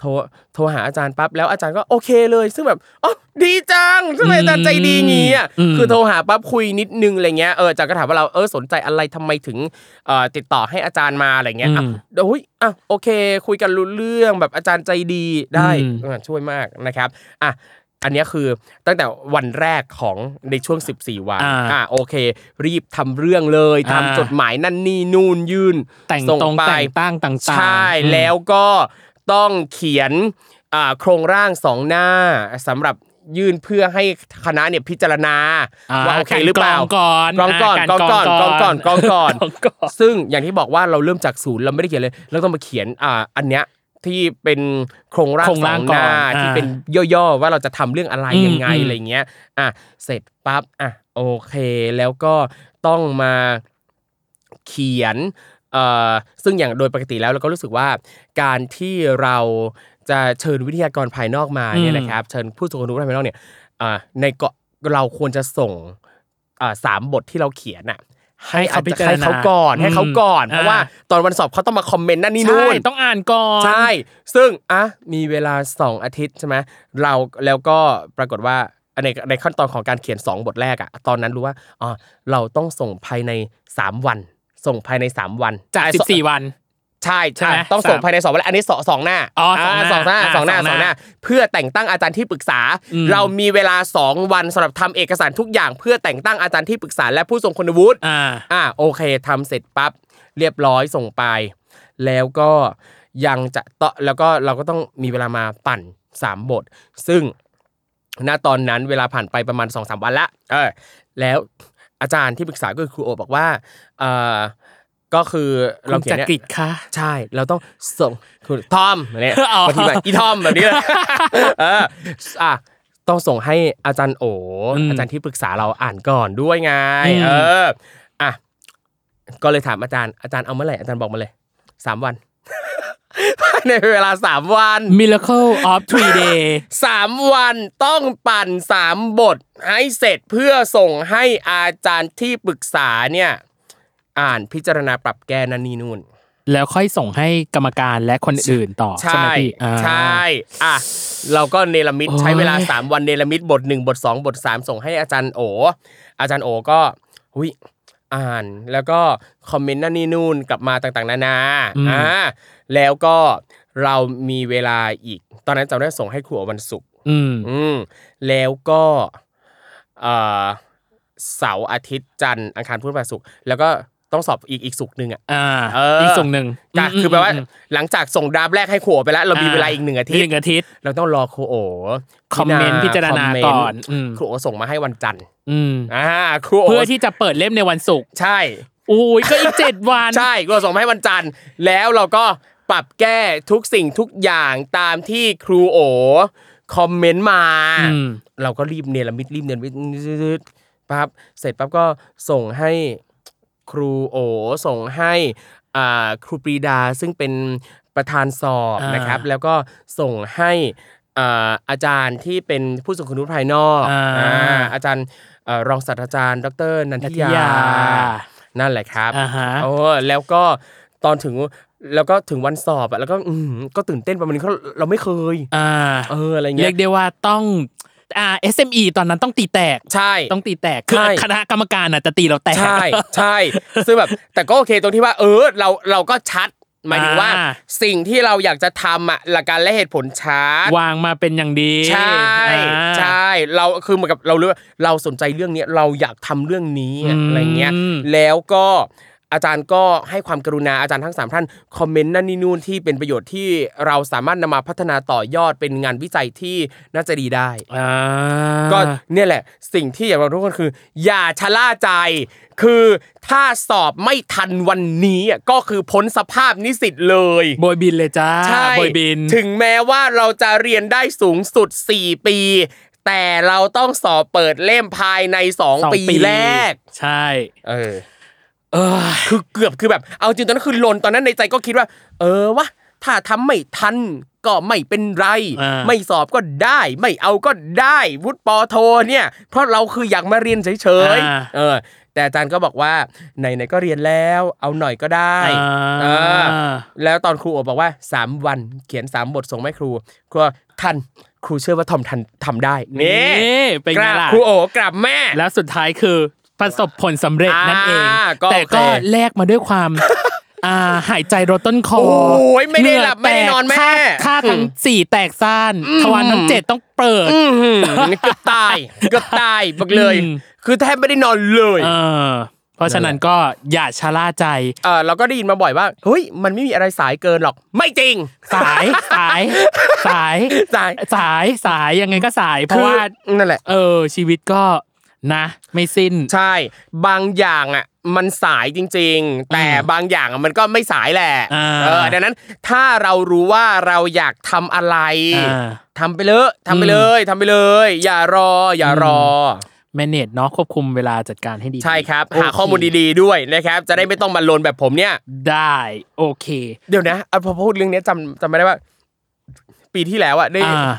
โทรโทรหาอาจารย์ปั๊บแล้วอาจารย์ก็โอเคเลย ซึ่งแบบอ๋อดีจังซึ่งอาจารย์ใจดีงี้อ่ะ
อืม
คือโทรหาปั๊บคุยนิดนึงอะไรเงี้ยเอออาจารย์ก็ถามว่าเราเออสนใจอะไรทำไมถึงเอ่อติดต่อให้อาจารย์มาอะไรเงี้ยอ่ะ โอ้ยอ่ะโอเค คุยกันรู้เรื่องแบบอาจารย์ใจดีได้
อืม
อ่ะช่วยมากนะครับอ่ะอันเนี้ยคือตั้งแต่วันแรกของในช่วง 14 วัน
อ่า
อ่ะโอเค รีบทำเรื่องเลยทำ
อ่า
จดหมายนั่นนี่นู่นยื่น
แต่ง
ส่ง
ตรง
ไป
แต่งตั้งต่างๆ
ใช่
อืม
แล้วก็ต้องเขียนอ่าโครงร่างสองหน้าสำหรับยื่นเพื่อให้คณะเนี่ยพิจารณา
อ่
ว่าโอเคหรือเปล่าก
รองก่อน
กรองก่อน
อ่าก
รองก่อนกรองก่อนกรองก่อน
กรองก่อน
ซึ่งอย่างที่บอกว่าเราเริ่มจากศูนย์เราไม่ได้เขียนเลยเราต้องมาเขียนอ่าอันเนี้ยที่เป็นโครงร่าง
โครง
สอ
ร่าง
งหน้า
ก่อนอ่า
ที่เป็นย่อๆว่าเราจะทำเรื่องอะไร
อืม
ยังไง
อืม
อะไรเงี้ยอ่ะเสร็จปั๊บอ่ะโอเค แล้วก็ต้องมาเขียนเอ่อซึ่งอย่างโดยปกติแล้วเราก็รู้สึกว่าการที่เราจะเชิญวิทยากรภายนอกมาเนี่ยนะครับเชิญผู้ทรงคุณวุฒิภายนอกเนี่ย อ่าในเกาะเราควรจะส่งอ่าสามบทที่เราเขียนน่ะให้
ให้เขา
เขา
พิจารณา
ให้เขาก่อน
อืม
ให้เขาก่อนเพราะ
อ่า
ว่าตอนวันสอบเขาต้องมาคอมเมนต์นั่นนี่
ใช่
นู่น
ต้องอ่านก่อน
ใช่ ซึ่งอ่ะมีเวลาสองอาทิตย์ใช่ไหมเราแล้วก็ปรากฏว่าในในขั้นตอนของการเขียนสองบทแรกอะตอนนั้นรู้ว่าอ๋อเราต้องส่งภายในสามวัน ส่งภายในสามวัน
จาก
อ่ะ
สิบสี่วัน
ใช่
ใช่ไหม
อ่ะต้องส่ง
สาม
ภายในสองวันอันนี้สองสองหน้า
อ๋ออ่
า
ส
ส
อ
อง ง
ห
ห
น้า
น้าสองหน้า
อ่าสอ
สอ
ห
งงห
น้า
น้า เพื่อแต่งตั้งอาจารย์ที่ปรึกษา
อืม
เรามีเวลา 2 วันสำหรับทำเอกสารทุกอย่าง เพื่อแต่งตั้งอาจารย์ที่ปรึกษาและผู้ทรงคุณวุฒิ
อ่า
อ่าโอเคทำเสร็จปั๊บเรียบร้อยส่งไป แล้วก็ยังจะตอแล้วก็เราก็ต้องมีเวลามาปั่น 3 บท ซึ่งณตอนนั้นเวลาผ่านไปประมาณ2อสวันละเออแล้วอาจารย์ที่ปรึกษาก็คือครูโอบอกว่าเออก็คือ
คุ
เรา
ณ
เขีย
จั
นเนี่ย
กริดค่ะ
ใช่ เราต้องส่งคุณทอมเนี่ย
อ๋อ
บางทีแบบอีทอมแบบนี้เลยเอออ่ะต้องส่งให้อาจารย์โอออาจารย์ที่ปรึกษาเราอ่านก่อนด้วยไง เอออ่ะก็เลยถามอาจารย์อาจารย์เอาเมื่อไหร่อาจารย์บอกมาเลยสามวัน ในเวลาสามวัน
Miracle of Three Day
สามวันต้องปั่นสามบทให้เสร็จเพื่อส่งให้อาจารย์ที่ปรึกษาเนี่ย อ่านพิจารณาปรับแก้นันนี่นู่น
แล้วค่อยส่งให้กรรมการและคนอื่นต่อใช่ไหม
ใช่
พี่อ่า
ใช่อ่ะเราก็เนรมิต
โอ้ย
ใช้เวลา 3 วันเนรมิตบท 1 บท 2 บท 3 ส่งให้อาจารย์โอ อาจารย์โอก็หุยอ่านแล้วก็คอมเมนต์นั่นนี่นู่นกลับมาต่างๆ นานาอ่าแล้วก็เรามีเวลาอีก ตอนนั้นจำได้ส่งให้ครูอ๋อวันศุกร์
อืม
อืมแล้วก็เอ่อเสาร์อาทิตย์จันทร์อังคารพุธพฤหัสศุกร์แล้วก็ต้องสอบอีกอีกศุกร์หนึ่งอ่ะ
อ่า
เอออี
กส่งหนึ่ง
จาก
ม
คือแปลว่า
อืม
หลังจากส่งดราฟแรกให้ครูอ๋อไปแล้ว เรามีเวลาอีกหนึ่งอาทิต
ห
ย์
นึ่งอาทิตย์
เราต้องรอครูโอ
คอมเมนต์พิจารณา
คมเมต์
ก่อนอืม
ครูโอส่งมาให้วันจันทร์
อืม
อ่าครูโอ
เพื่อที่จะเปิดเล่มในวันศุกร์
ใช่
อุ้ยก็อีกเจ็ดวัน
ใช่ครูโอส่งมาให้วันจันทร์ แล้วเราก็ปรับแก้ทุกสิ่งทุกอย่างตามที่ครูโอคอมเมนต์มา
อืม
เราก็รีบเนรมิตรีบเนรมิตปั๊บเสร็จปั๊บก็ส่งให้ครูโอส่งให้อ่าครูปรีดาซึ่งเป็นประธานสอบ
อ่าน
นะครับ แล้วก็ส่งให้อ่าอาจารย์ที่เป็นผู้ทรงคุณวุฒิภายนอก
อ่า
อ่าอาจารย์เอ่อรองศาสตราจารย์ดรนัน
นัท
ทิ
ยาย
า นั่นแหละครับ
อ่าฮะ
โอ้แล้วก็ตอนถึงแล้วก็ถึงวันสอบอะแล้วก็อืมก็ตื่นเต้นประมาณนี้เขาะเราไม่เคย
อ่า
เอออะไรเงี้
เรีย
ย
กได้ว่าต้องอ่า SME ตอนนั้นต้องตีแตก
ใช่
ต้องตีแตกคือ
ใช่
คณะกรรมการน่ะจะตีเราแตก
ใช่ใช่ซึ่งแบบแต่ก็โอเคตรงที่ว่า เออเราเราก็ชัด หมายถึงว่า
อ่า
สิ่งที่เราอยากจะทำอ่ะหลักการและเหตุผลชัด
วางมาเป็นอย่างดี
ใช่
อ่า
ใช่เราคือเหมือนกับเราเลือกเราสนใจเรื่องเนี้ยเราอยากทำเรื่องนี้
อืม
อะไรเงี้ยแล้วก็อาจารย์ก็ให้ความกรุณาอาจารย์ทั้งสามท่านคอมเมนต์นั่นนี่นู่นที่เป็นประโยชน์ที่เราสามารถนำมาพัฒนาต่อยอดเป็นงานวิจัยที่น่าจะดีได้
อ่า
ก็เนี่ยแหละสิ่งที่อยากบอกทุกคนคือ อย่าชะล่าใจ คือถ้าสอบไม่ทันวันนี้อ่ะก็คือพ้นสภาพนิสิตเลย
บอยบินเลยจ้า
ใช่
บอยบิน
ถึงแม้ว่าเราจะเรียนได้สูงสุด 4 ปี แต่เราต้องสอบเปิดเล่มภายใน
สอง
2 ปี
ปี
แรก
ใช่
เออ
เออ
คือเกือบคือแบบเอาจริงตอนนั้นคือลนตอนนั้นในใจก็คิดว่า เออวะถ้าทำไม่ทันก็ไม่เป็นไร
อ่า
ไม่สอบก็ได้ ไม่เอาก็ได้วุฒิปอโทเนี่ย เพราะเราคืออยากมาเรียนเฉย
อ่า
ๆเออ แต่อาจารย์ก็บอกว่าไหนๆก็เรียนแล้ว เอาหน่อยก็ได้ เออ แล้วตอนครูโอบอกว่า 3 วันเขียน 3 บทส่งให้ครูครูว่าทันครูเชื่อว่าทอมทันทำได้
นี่
นี่
เป็น
ก
ไง
ราบ
ล่ะ
ครูโอกราบแม่
แล้วสุดท้ายคือประสบผลสำเร็จนั่นเอง
อ่าก็
แต่ก็
โอเค
แลกมาด้วยความ อ่าหายใจรถต้นคอ
โอ้ยไม่ได้หลับ
เงื่
ไม่ได้นอนแม่
แตกค่าค่าทั้งสี่แตกซ่านทวารทั้งเจ็ดต้องเปิด
อื้อหือเกือบตายเกือบตายบอกเลย
อืม
คือแทบไม่ได้นอนเลย
เออ เพราะฉะนั้นก็อย่าชะล่าใจ
เออเราก็ได้ยินมาบ่อยว่าเฮ้ยมันไม่มีอะไรสายเกินหรอกไม่จริง
สาย สายสาย
สาย
สายสายยังไงก็สาย เพราะว่า
คือนั่นแหละ
เออ ชีวิตก็นะ ไม่สิ้น
ใช่บางอย่างอ่ะมันสายจริง ๆ แต่บางอย่างอะมันก็ไม่สายแหละ
อ่า
เออดังนั้นถ้าเรารู้ว่าเราอยากทำอะไร
อ่า
ทำไปเลยทำไปเลยทำไปเลย อย่ารออย่ารออ
แมเนจเนาะควบคุมเวลาจัดการให้ดี
ใช่ครับ
โเห
าข้อมูลดีๆด้วยนะครับ จะได้ไม่ต้องมาลนแบบผมเนี่ย
ได้ โอเค
เดี๋ยวนะเอาพอพูดเรื่องเนี้ยจำจำไม่ได้ว่า ปีที่แล้วอ่ะได้
อ่า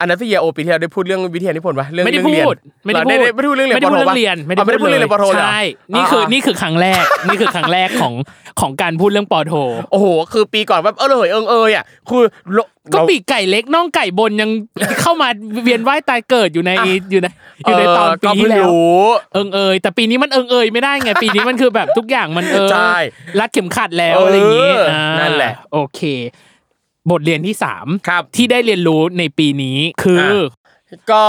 อันนั้นที่เยโอปีที่แล้วได้พูดเรื่องวิทยานิพนธ์ปะเรื่อง
ไม่ได้
เรื่อง
พู
เรียน
ด ไม่ได้
หรอ
พูด
ไม่ได้พูดเรื่องเรียน
ไม่ได้พูดเรื่องเรียน
ปอโทปะอ๋อไม่ได้พูดเรื่องเรียนปอโทเหรอ
ใช่นี่คือนี่คือครั้งแรก นี่คือครั้งแรกของของการพูดเรื่องปอโท
โอ้โหคือปีก่อนแบบเออเลยเอิงเอยอ่ะคือเรา
ก็ปีกไก่เล็กน่องไก่บนยัง เข้ามาเวียนว่ายตายเกิดอยู่ใน
อ่ะ
อยู่ในอยู่ในตอนปี
เก็
ที่
เพิ่ง
แล้ว
รู้
เอิงเอยแต่ปีนี้มันเอิงเอยไม่ได้ไง ปีนี้มันคือแบบทุกอย่างมันเออ
ใช่
รัดเข็มขัดแล้วอะไรอย่างงี้
เอออ่
า
นั่นแหละ
โอเค บทเรียนที่สาม
ครับ
ที่ได้เรียนรู้ในปีนี้คือ
ก็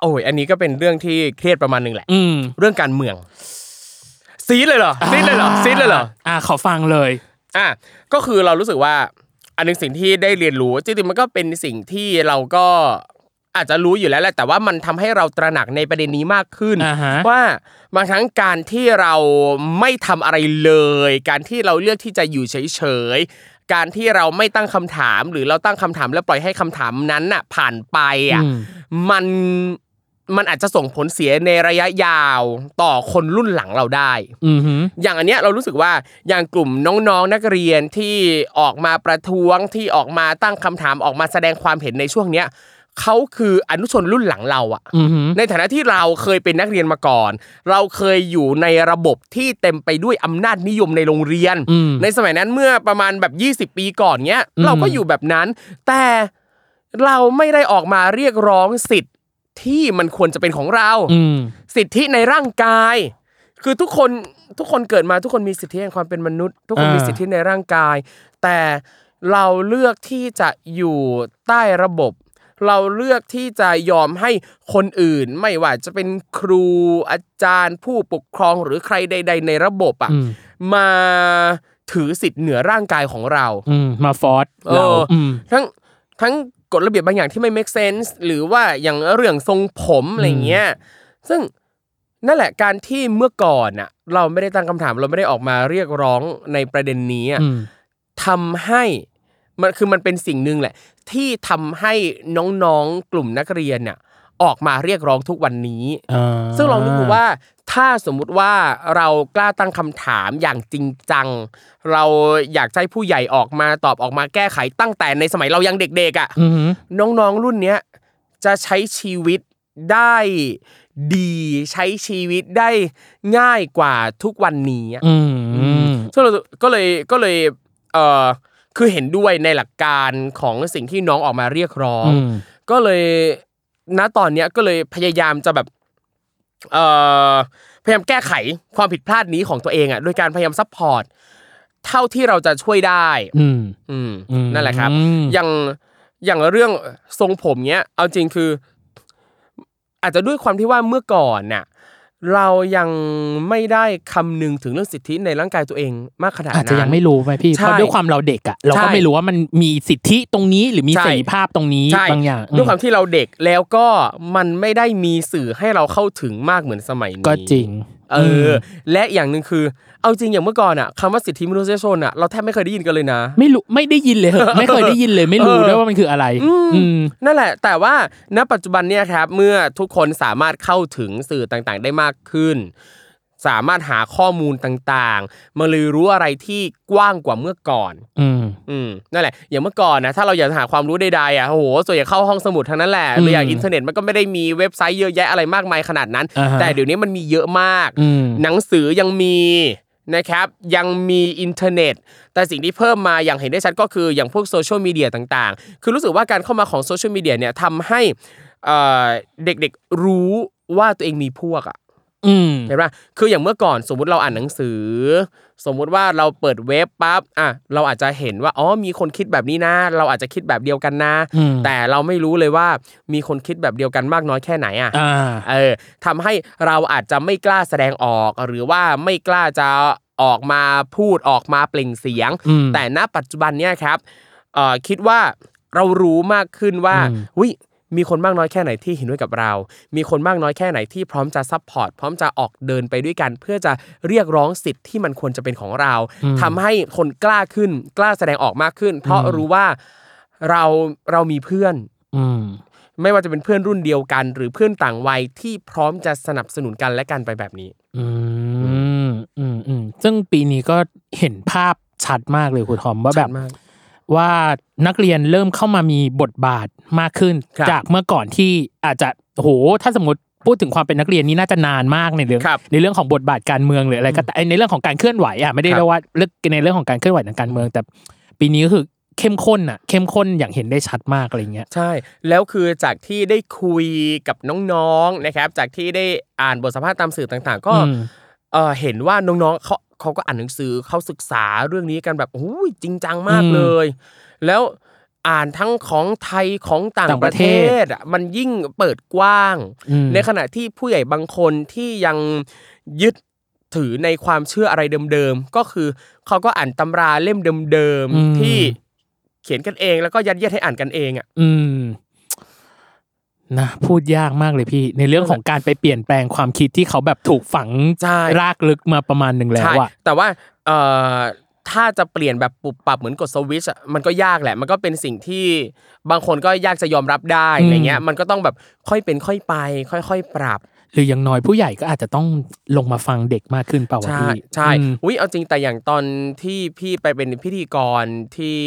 โอ้ยอันนี้ก็เป็นเรื่องที่เครียดประมาณหนึงแหละ
อืม
เรื่องการเมือง ซีดเลยเหรอซีดเลยเหรอซีดเลยเหรอ
อ่าขอฟังเลย
อ่ะก็คือเรารู้สึกว่าอันหนึงสิ่งที่ได้เรียนรู้จริงๆมันก็เป็นสิ่งที่เราก็อาจจะรู้อยู่แล้วแหละแต่ว่ามันทำให้เราตระหนักในประเด็นนี้มากขึ้น
อ่าฮะ
ว่าบางครั้งการที่เราไม่ทำอะไรเลย การที่เราเลือกที่จะอยู่เฉยๆการที่เราไม่ตั้งคำถามหรือเราตั้งคำถามแล้วปล่อยให้คำถามนั้นน่ะผ่านไปอ่ะ
อืม
มันมันอาจจะส่งผลเสียในระยะยาวต่อคนรุ่นหลังเราได้
อือหือ
อย่างอันเนี้ยเรารู้สึกว่าอย่างกลุ่มน้องๆนักเรียนที่ออกมาประท้วงที่ออกมาตั้งคำถามออกมาแสดงความเห็นในช่วงเนี้ย เขาคืออนุชนรุ่นหลังเราอะ
อือหือ
ในฐานะที่เราเคยเป็นนักเรียนมาก่อน เราเคยอยู่ในระบบที่เต็มไปด้วยอำนาจนิยมในโรงเรียน
อืม
ในสมัยนั้นเมื่อประมาณแบบ 20 ปีก่อนเนี้ย
อืม
เราก็อยู่แบบนั้น แต่เราไม่ได้ออกมาเรียกร้องสิทธิ์ที่มันควรจะเป็นของเรา
อืม
สิทธิในร่างกาย คือทุกคนทุกคนเกิดมาทุกคนมีสิทธิในความเป็นมนุษย์ ทุกคนมี
อ่า
สิทธิในร่างกาย แต่เราเลือกที่จะอยู่ใต้ระบบ เราเลือกที่จะยอมให้คนอื่น ไม่ว่าจะเป็นครูอาจารย์ ผู้ปกครองหรือใครใด ๆ ในระบบอ่ะ
อืม
มาถือสิทธิ์เหนือร่างกายของเรา
อืมมาฟอร์สเรา
เอออื
ม
ทั้งทั้งกฎระเบียบบางอย่างที่ไม่ make sense หรือว่าอย่างเรื่องทรงผมอะไรเงี้ยซึ่งนั่นแหละการที่เมื่อก่อนน่ะเราไม่ได้ตั้งคำถามเราไม่ได้ออกมาเรียกร้องในประเด็นนี้อะ
อืม
ทำให้มันคือมันเป็นสิ่งหนึ่งแหละ ที่ทำให้น้องๆกลุ่มนักเรียนน่ะออกมาเรียกร้องทุกวันนี้
อ่า
ซึ่งลองนึกดูว่าถ้าสมมุติว่าเรากล้าตั้งคำถามอย่างจริงจัง เราอยากจะให้ผู้ใหญ่ออกมาตอบออกมาแก้ไขตั้งแต่ในสมัยเรายังเด็กๆอ่ะ
อือหือ
น้องๆรุ่นเนี้ยจะใช้ชีวิตได้ดีใช้ชีวิตได้ง่ายกว่าทุกวันนี้อะ
อืมอืม
ซึ่งเราก็เลยก็เลยเออคือเห็นด้วยในหลักการของสิ่งที่น้องออกมาเรียกร้อง
อืม
ก็เลยณตอนเนี้ยก็เลยพยายามจะแบบเออพยายามแก้ไขความผิดพลาดนี้ของตัวเองอ่ะโดยการพยายามซัพพอร์ตเท่าที่เราจะช่วยได้
อืม
อืม
อืม
นั่นแหละครับ
อืม
อย่างอย่างเรื่องทรงผมเนี้ย เอาจริงคือ อาจจะด้วยความที่ว่าเมื่อก่อนน่ะเรายังไม่ได้คำนึงถึงเรื่องสิทธิในร่างกายตัวเองมากขนาดนั้น
อาจจะยังไม่รู้ไหมพี่
ใช่
เพราะด้วยความเราเด็กอ่ะเราก็
ใช่
ไม่รู้ว่ามันมีสิทธิตรงนี้หรือมี
ใช่
เสรีภาพตรงนี้
ใช่
บางอย่างอื
ด้วยความที่เราเด็กแล้วก็มันไม่ได้มีสื่อให้เราเข้าถึงมากเหมือนสมัยนี้
ก็จริง
เอออ และอย่างหนึ่งคือ เอาจริงอย่างเมื่อก่อนอ่ะคำว่าสิทธิมนุษยชนอ่ะเราแทบไม่เคยได้ยินกันเลยนะ
ไม่รู้ไม่ได้ยินเลยเห อะไม่เคยได้ยินเลย ไม่รู้
เออ
ด้วยว่ามันคืออะไร อืม
นั่นแหละ แต่ว่าณปัจจุบันเนี่ยครับเมื่อทุกคนสามารถเข้าถึงสื่อต่างๆ ได้มากขึ้น สามารถหาข้อมูลต่างๆ มาเลยรู้อะไรที่กว้างกว่าเมื่อก่อน
อืม
อืมนั่นแหละอย่างเมื่อก่อนนะถ้าเราอยากจะหาความรู้ใดๆอ่ะโอ้โหส่วนใหญ่เข้าห้องสมุดทั้งนั้นแหละหรืออย่าง
อืม
อินเทอร์เน็ตมันก็ไม่ได้มีเว็บไซต์เยอะแยะอะไรมากมายขนาดนั้น
อ่าฮะ
แต่เดี๋ยวนี้มันมีเยอะมาก
อืม
หนังสือยังมีนะครับยังมีอินเทอร์เน็ต แต่สิ่งที่เพิ่มมาอย่างเห็นได้ชัดก็คืออย่างพวกโซเชียลมีเดียต่างๆ คือรู้สึกว่าการเข้ามาของโซเชียลมีเดียเนี่ยทำให้เอ่อเด็กๆรู้ว่าตัวเองมีพวกอ่ะ
อืม
เห็นปะคืออย่างเมื่อก่อนสมมุติเราอ่านหนังสือ สมมุติว่าเราเปิดเว็บปั๊บอ่ะเราอาจจะเห็นว่าอ๋อมีคนคิดแบบนี้นะ เราอาจจะคิดแบบเดียวกันนะ
อืม
แต่เราไม่รู้เลยว่ามีคนคิดแบบเดียวกันมากน้อยแค่ไหนอ่ะ
อ่า
เออทำให้เราอาจจะไม่กล้าแสดงออก หรือว่าไม่กล้าจะออกมาพูดออกมาเปล่งเสียง
อืม
แต่ณปัจจุบันเนี่ยครับเอ่อคิดว่าเรารู้มากขึ้นว่า
อืม
วิมีคนมากน้อยแค่ไหนที่เห็นด้วยกับเรา มีคนมากน้อยแค่ไหนที่พร้อมจะซัพพอร์ตพร้อมจะออกเดินไปด้วยกัน เพื่อจะเรียกร้องสิทธิ์ที่มันควรจะเป็นของเราทำให้คนกล้าขึ้น กล้าแสดงออกมากขึ้น เพราะรู้ว่าเราเรามีเพื่อน
อืม
ไม่ว่าจะเป็นเพื่อนรุ่นเดียวกัน หรือเพื่อนต่างวัยที่พร้อมจะสนับสนุนกันและกันไปแบบนี้
อืมอืมอืมซึ่งปีนี้ก็เห็นภาพชัดมากเลยคุณทอมว่าแบบ
ชัดมาก
ว่านักเรียนเริ่มเข้ามามีบทบาทมากขึ้น
ครับ
จากเมื่อก่อนที่อาจจะโห ถ้าสมมติพูดถึงความเป็นนักเรียนนี่น่าจะนานมากในเรื่อง
ครับ
ในเรื่องของบทบาทการเมืองหรืออะไรก็แต่ในเรื่องของการเคลื่อนไหวอ่ะไม่ได้
ครับ
เรียกว่าเรื่องในเรื่องของการเคลื่อนไหวทางการเมือง แต่ปีนี้ก็คือเข้มข้นอ่ะ เข้มข้นอย่างเห็นได้ชัดมากอะไรเงี้ย
ใช่ แล้วคือจากที่ได้คุยกับน้องๆนะครับ จากที่ได้อ่านบทสัมภาษณ์ตามสื่อต่างๆ ก็
อืม
เอ่อเห็นว่าน้องๆเขาเขาก็อ่านหนังสือเขาศึกษาเรื่องนี้กันแบบโอ้ยจริงจังมากเลย แล้วอ่านทั้งของไทยของต่างประเทศอะมันยิ่งเปิดกว้าง
อืม
ในขณะที่ผู้ใหญ่บางคนที่ยังยึดถือในความเชื่ออะไรเดิมๆ ก็คือเขาก็อ่านตำราเล่มเดิม
อืม
ๆ ที่เขียนกันเองแล้วก็ยัดเยียดให้อ่านกันเองอ่ะ
อืมนะพูดยากมากเลยพี่ ในเรื่องของการไปเปลี่ยนแปลงความคิดที่เขาแบบถูกฝัง
ใช่
รากลึกมาประมาณหนึ่งแล้ว
ใช่
อ่ะ
แต่ว่าเอ่อถ้าจะเปลี่ยนแบบปรับปรับเหมือนกดสวิตชอ่ะมันก็ยากแหละ มันก็เป็นสิ่งที่บางคนก็ยากจะยอมรับได้
อืม
อะไรเงี้ย มันก็ต้องแบบค่อยเป็นค่อยไป ค่อย ๆ ปรับ
หรืออย่างน้อยผู้ใหญ่ก็อาจจะต้องลงมาฟังเด็กมากขึ้นเปล่าวะ
ใช่
พี่
ใช่
อืม
อุ้ยเอาจริงแต่อย่างตอนที่พี่ไปเป็นพิธีกรที่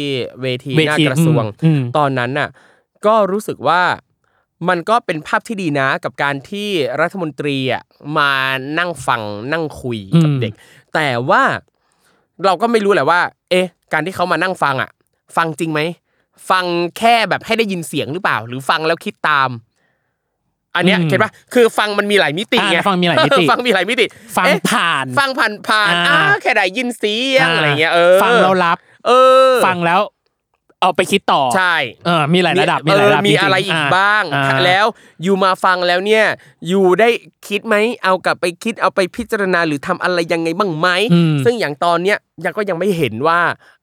เวทีหน้า
เวที
กระทรวง
อืมอืม
ตอนนั้นน่ะ ก็รู้สึกว่า มันก็เป็นภาพที่ดีนะกับการที่รัฐมนตรีอ่ะมานั่งฟังนั่งคุยกับ
อืม
เด็ก แต่ว่าเราก็ไม่รู้แหละว่า เอ๊ะ การที่เขามานั่งฟังอ่ะ ฟังจริงไหมฟังแค่แบบให้ได้ยินเสียงหรือเปล่า หรือฟังแล้วคิดตาม อันเนี้ย
อืม
เห็นปะคือฟังมันมีหลายมิติไง
อ่าฟังมีหลายมิติ
ฟังมีหลายมิติ
ฟัง
เอ๊ะ
ผ่าน
ฟังผ่านผ่าน
อ่า
อ่าแค่ได้ยินเสียงอะไรเงี้ยเออ
ฟังแล้วรับ
เออ
ฟังแล้ว เอาไปคิดต่อ
ใช่
เออมีหลายระดับมีหลาย
เอ
ระ
อ
ดับ
มี
จงๆ
อะไรอีกบ้าง
อ่
แล้วอยู่มาฟังแล้วเนี่ยอยู่ได้คิดไหมเอากลับไปคิดเอาไปพิจารณาหรือทำอะไรยังไงบ้างไหม
อืม
ซึ่งอย่างตอนเนี้ยยังก็ยังไม่เห็นว่า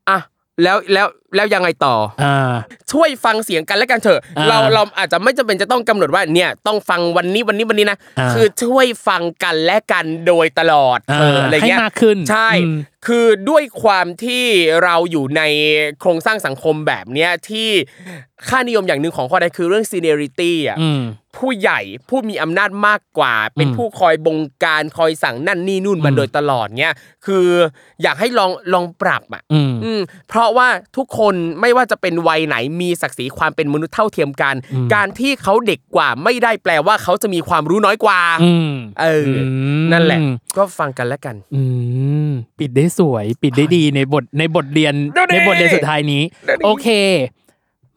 อ่ะแล้วแล้วแล้วยังไงต่อ
อ่า
ช่วยฟังเสียงกันและกันเถอะ
อ่า
เราเราอาจจะไม่จำเป็นจะต้องกำหนดว่าเนี่ยต้องฟังวันนี้วันนี้วันนี้นะ
อ่า
คือช่วยฟังกันและกันโดยตลอด
อ่า
เอออะไรเงี้ย
ให้มากขึ้น
ใช่
อืม
คือด้วยความที่เราอยู่ในโครงสร้างสังคมแบบเนี้ยที่ค่านิยมอย่างหนึ่งของข้อใดคือเรื่อง seniority อ่ะ
อืม
ผู้ใหญ่ผู้มีอำนาจมากกว่า เป็น
อืม
ผู้คอยบงการคอยสั่งนั่นนี่นู่นมา
อืม
โดยตลอดเนี้ยคืออยากให้ลองลองปรับอ่ะ
อืม
อืมเพราะว่าทุกคนไม่ว่าจะเป็นวัยไหนมีศักดิ์ศรีความเป็นมนุษย์เท่าเทียมกัน
อืม
การที่เขาเด็กกว่าไม่ได้แปลว่าเขาจะมีความรู้น้อยกว่า
อืม
เอออื
ม
นั่นแหละ ก็ฟังกันแล้วกัน
อืมปิดได้สวย ปิดได้ดีในบทในบทเรียน
เดี๋ยวดิ
ในบทเรียนสุดท้ายนี้
เดี๋ยวดิ
โอเค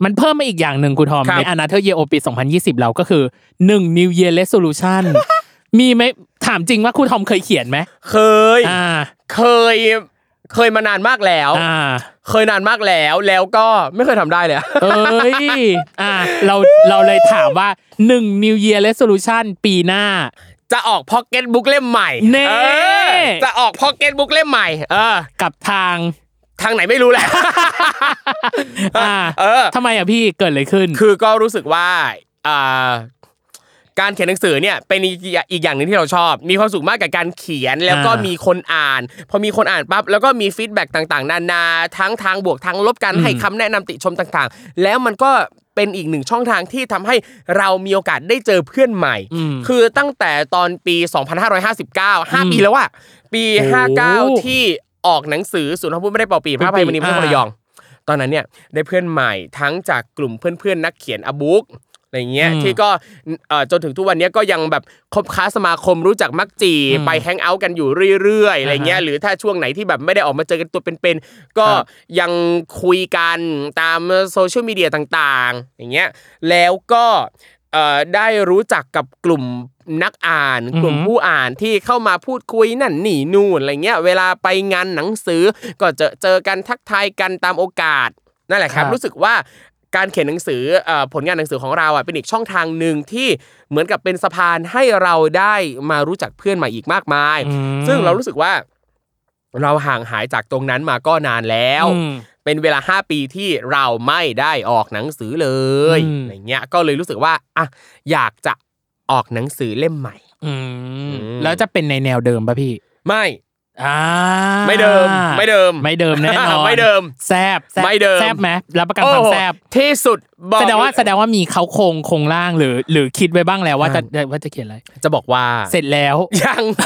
มันเพิ่มมาอีกอย่างหนึ่งคุณทอม
ครับ
ในอนาเธอร์เยโอปี 2020 เราก็คือ 1 New Year Resolution มีไหมถามจริงว่าคุณทอมเคยเขียนไหม
เคย
อ่า
เคย เคยมานานมากแล้ว
อ่า
เคยนานมากแล้วแล้วก็ไม่เคยทำได้เลยอะ
เอ้ย อ่า เราเราเลยถามว่า 1 New Year Resolution ปีหน้า
จะออกพ็อกเก็ตบุ๊กเล่มใหม่
เน่
เออจะออกพ็อกเก็ตบุ๊กเล่มใหม่เออ
กับทาง
ทางไหนไม่รู้แหละ
อ่า
เออ
ทำไมอ่ะพี่เกิดอะไรขึ้น
คือก็รู้สึกว่าอ่าการเขียนหนังสือเนี่ยเป็นอีกอย่างอีกอย่างหนึ่งที่เราชอบ มีความสุขมากกับการเขียนแล้วก็
อ่ามี
มีคนอ่านพอมีคนอ่านปั๊บแล้วก็มีฟีดแบ็กต่างๆ นานาทั้งทางบวกทั้งลบกัน
อืม
ให้คำแนะนำติชมต่างๆ แล้วมันก็เป็นอีกหนึ่งช่องทางที่ทำให้เรามีโอกาสได้เจอเพื่อนใหม่
อืม
คือตั้งแต่ตอนปี 2559
อืม
5 ปีแล้วอะปี
โอ้
59 ที่ออกหนังสือศูนย์พระพุทธไม่ได้เป่าปีพระภัยมณีพระนคร
อ่า
ระยอง ตอนนั้นเนี่ยได้เพื่อนใหม่ทั้งจากกลุ่มเพื่อนๆนักเขียนอาบุ๊กอะไรเงี้ย
อืม
ที่ก็เอ่อจนถึงทุกวันเนี้ยก็ยังแบบคบค้าสมาคมรู้จักมักจี
อืม
ไปแฮงเอาท์กันอยู่เรื่อยๆอะไรเงี้ย
อ่าฮะ
หรือถ้าช่วงไหนที่แบบไม่ได้ออกมาเจอกันตัวเป็นๆก็
ครับ
ยังคุยกันตามโซเชียลมีเดียต่างๆ อย่างเงี้ยแล้วก็เอ่อได้รู้จักกับกลุ่มนักอ่าน
อือหือ
กลุ่มผู้อ่านที่เข้ามาพูดคุยนั่นนี่นู่นอะไรเงี้ยเวลาไปงานหนังสือก็เจอเจอกันทักทายกันตามโอกาสนั่นแหละครับ
ครับ
รู้สึกว่าการเขียนหนังสือเอ่อผลงานหนังสือของเราอ่ะเป็นอีกช่องทางหนึ่งที่เหมือนกับเป็นสะพานให้เราได้มารู้จักเพื่อนใหม่อีกมากมาย
อืม
ซึ่งเรารู้สึกว่าเราห่างหายจากตรงนั้นมาก็นานแล้ว
อืม
เป็นเวลา 5 ปีที่เราไม่ได้ออกหนังสือเลย
อืม
อะไรเงี้ยก็เลยรู้สึกว่าอ่ะอยากจะออกหนังสือเล่มใหม่
อืม
อืม
แล้วจะเป็นในแนวเดิมป่ะพี่
ไม่
อ่า
ไม่เดิมไม่เดิม
ไม่เดิมแน่นอน
ไม่เดิม
แซบแซ่บ
ไม่เดิม
แซบไหมรับประกันความ
โอ้โห
แซบ
ที่สุดบอก
แสดงว่าแสดงว่ามีเขาโครงโครงร่างหรือ หรือคิดไว้บ้างแล้วว่าจะว่าจะเขียนอะไร
จะบอกว่า
เสร็จแล้ว
ยัง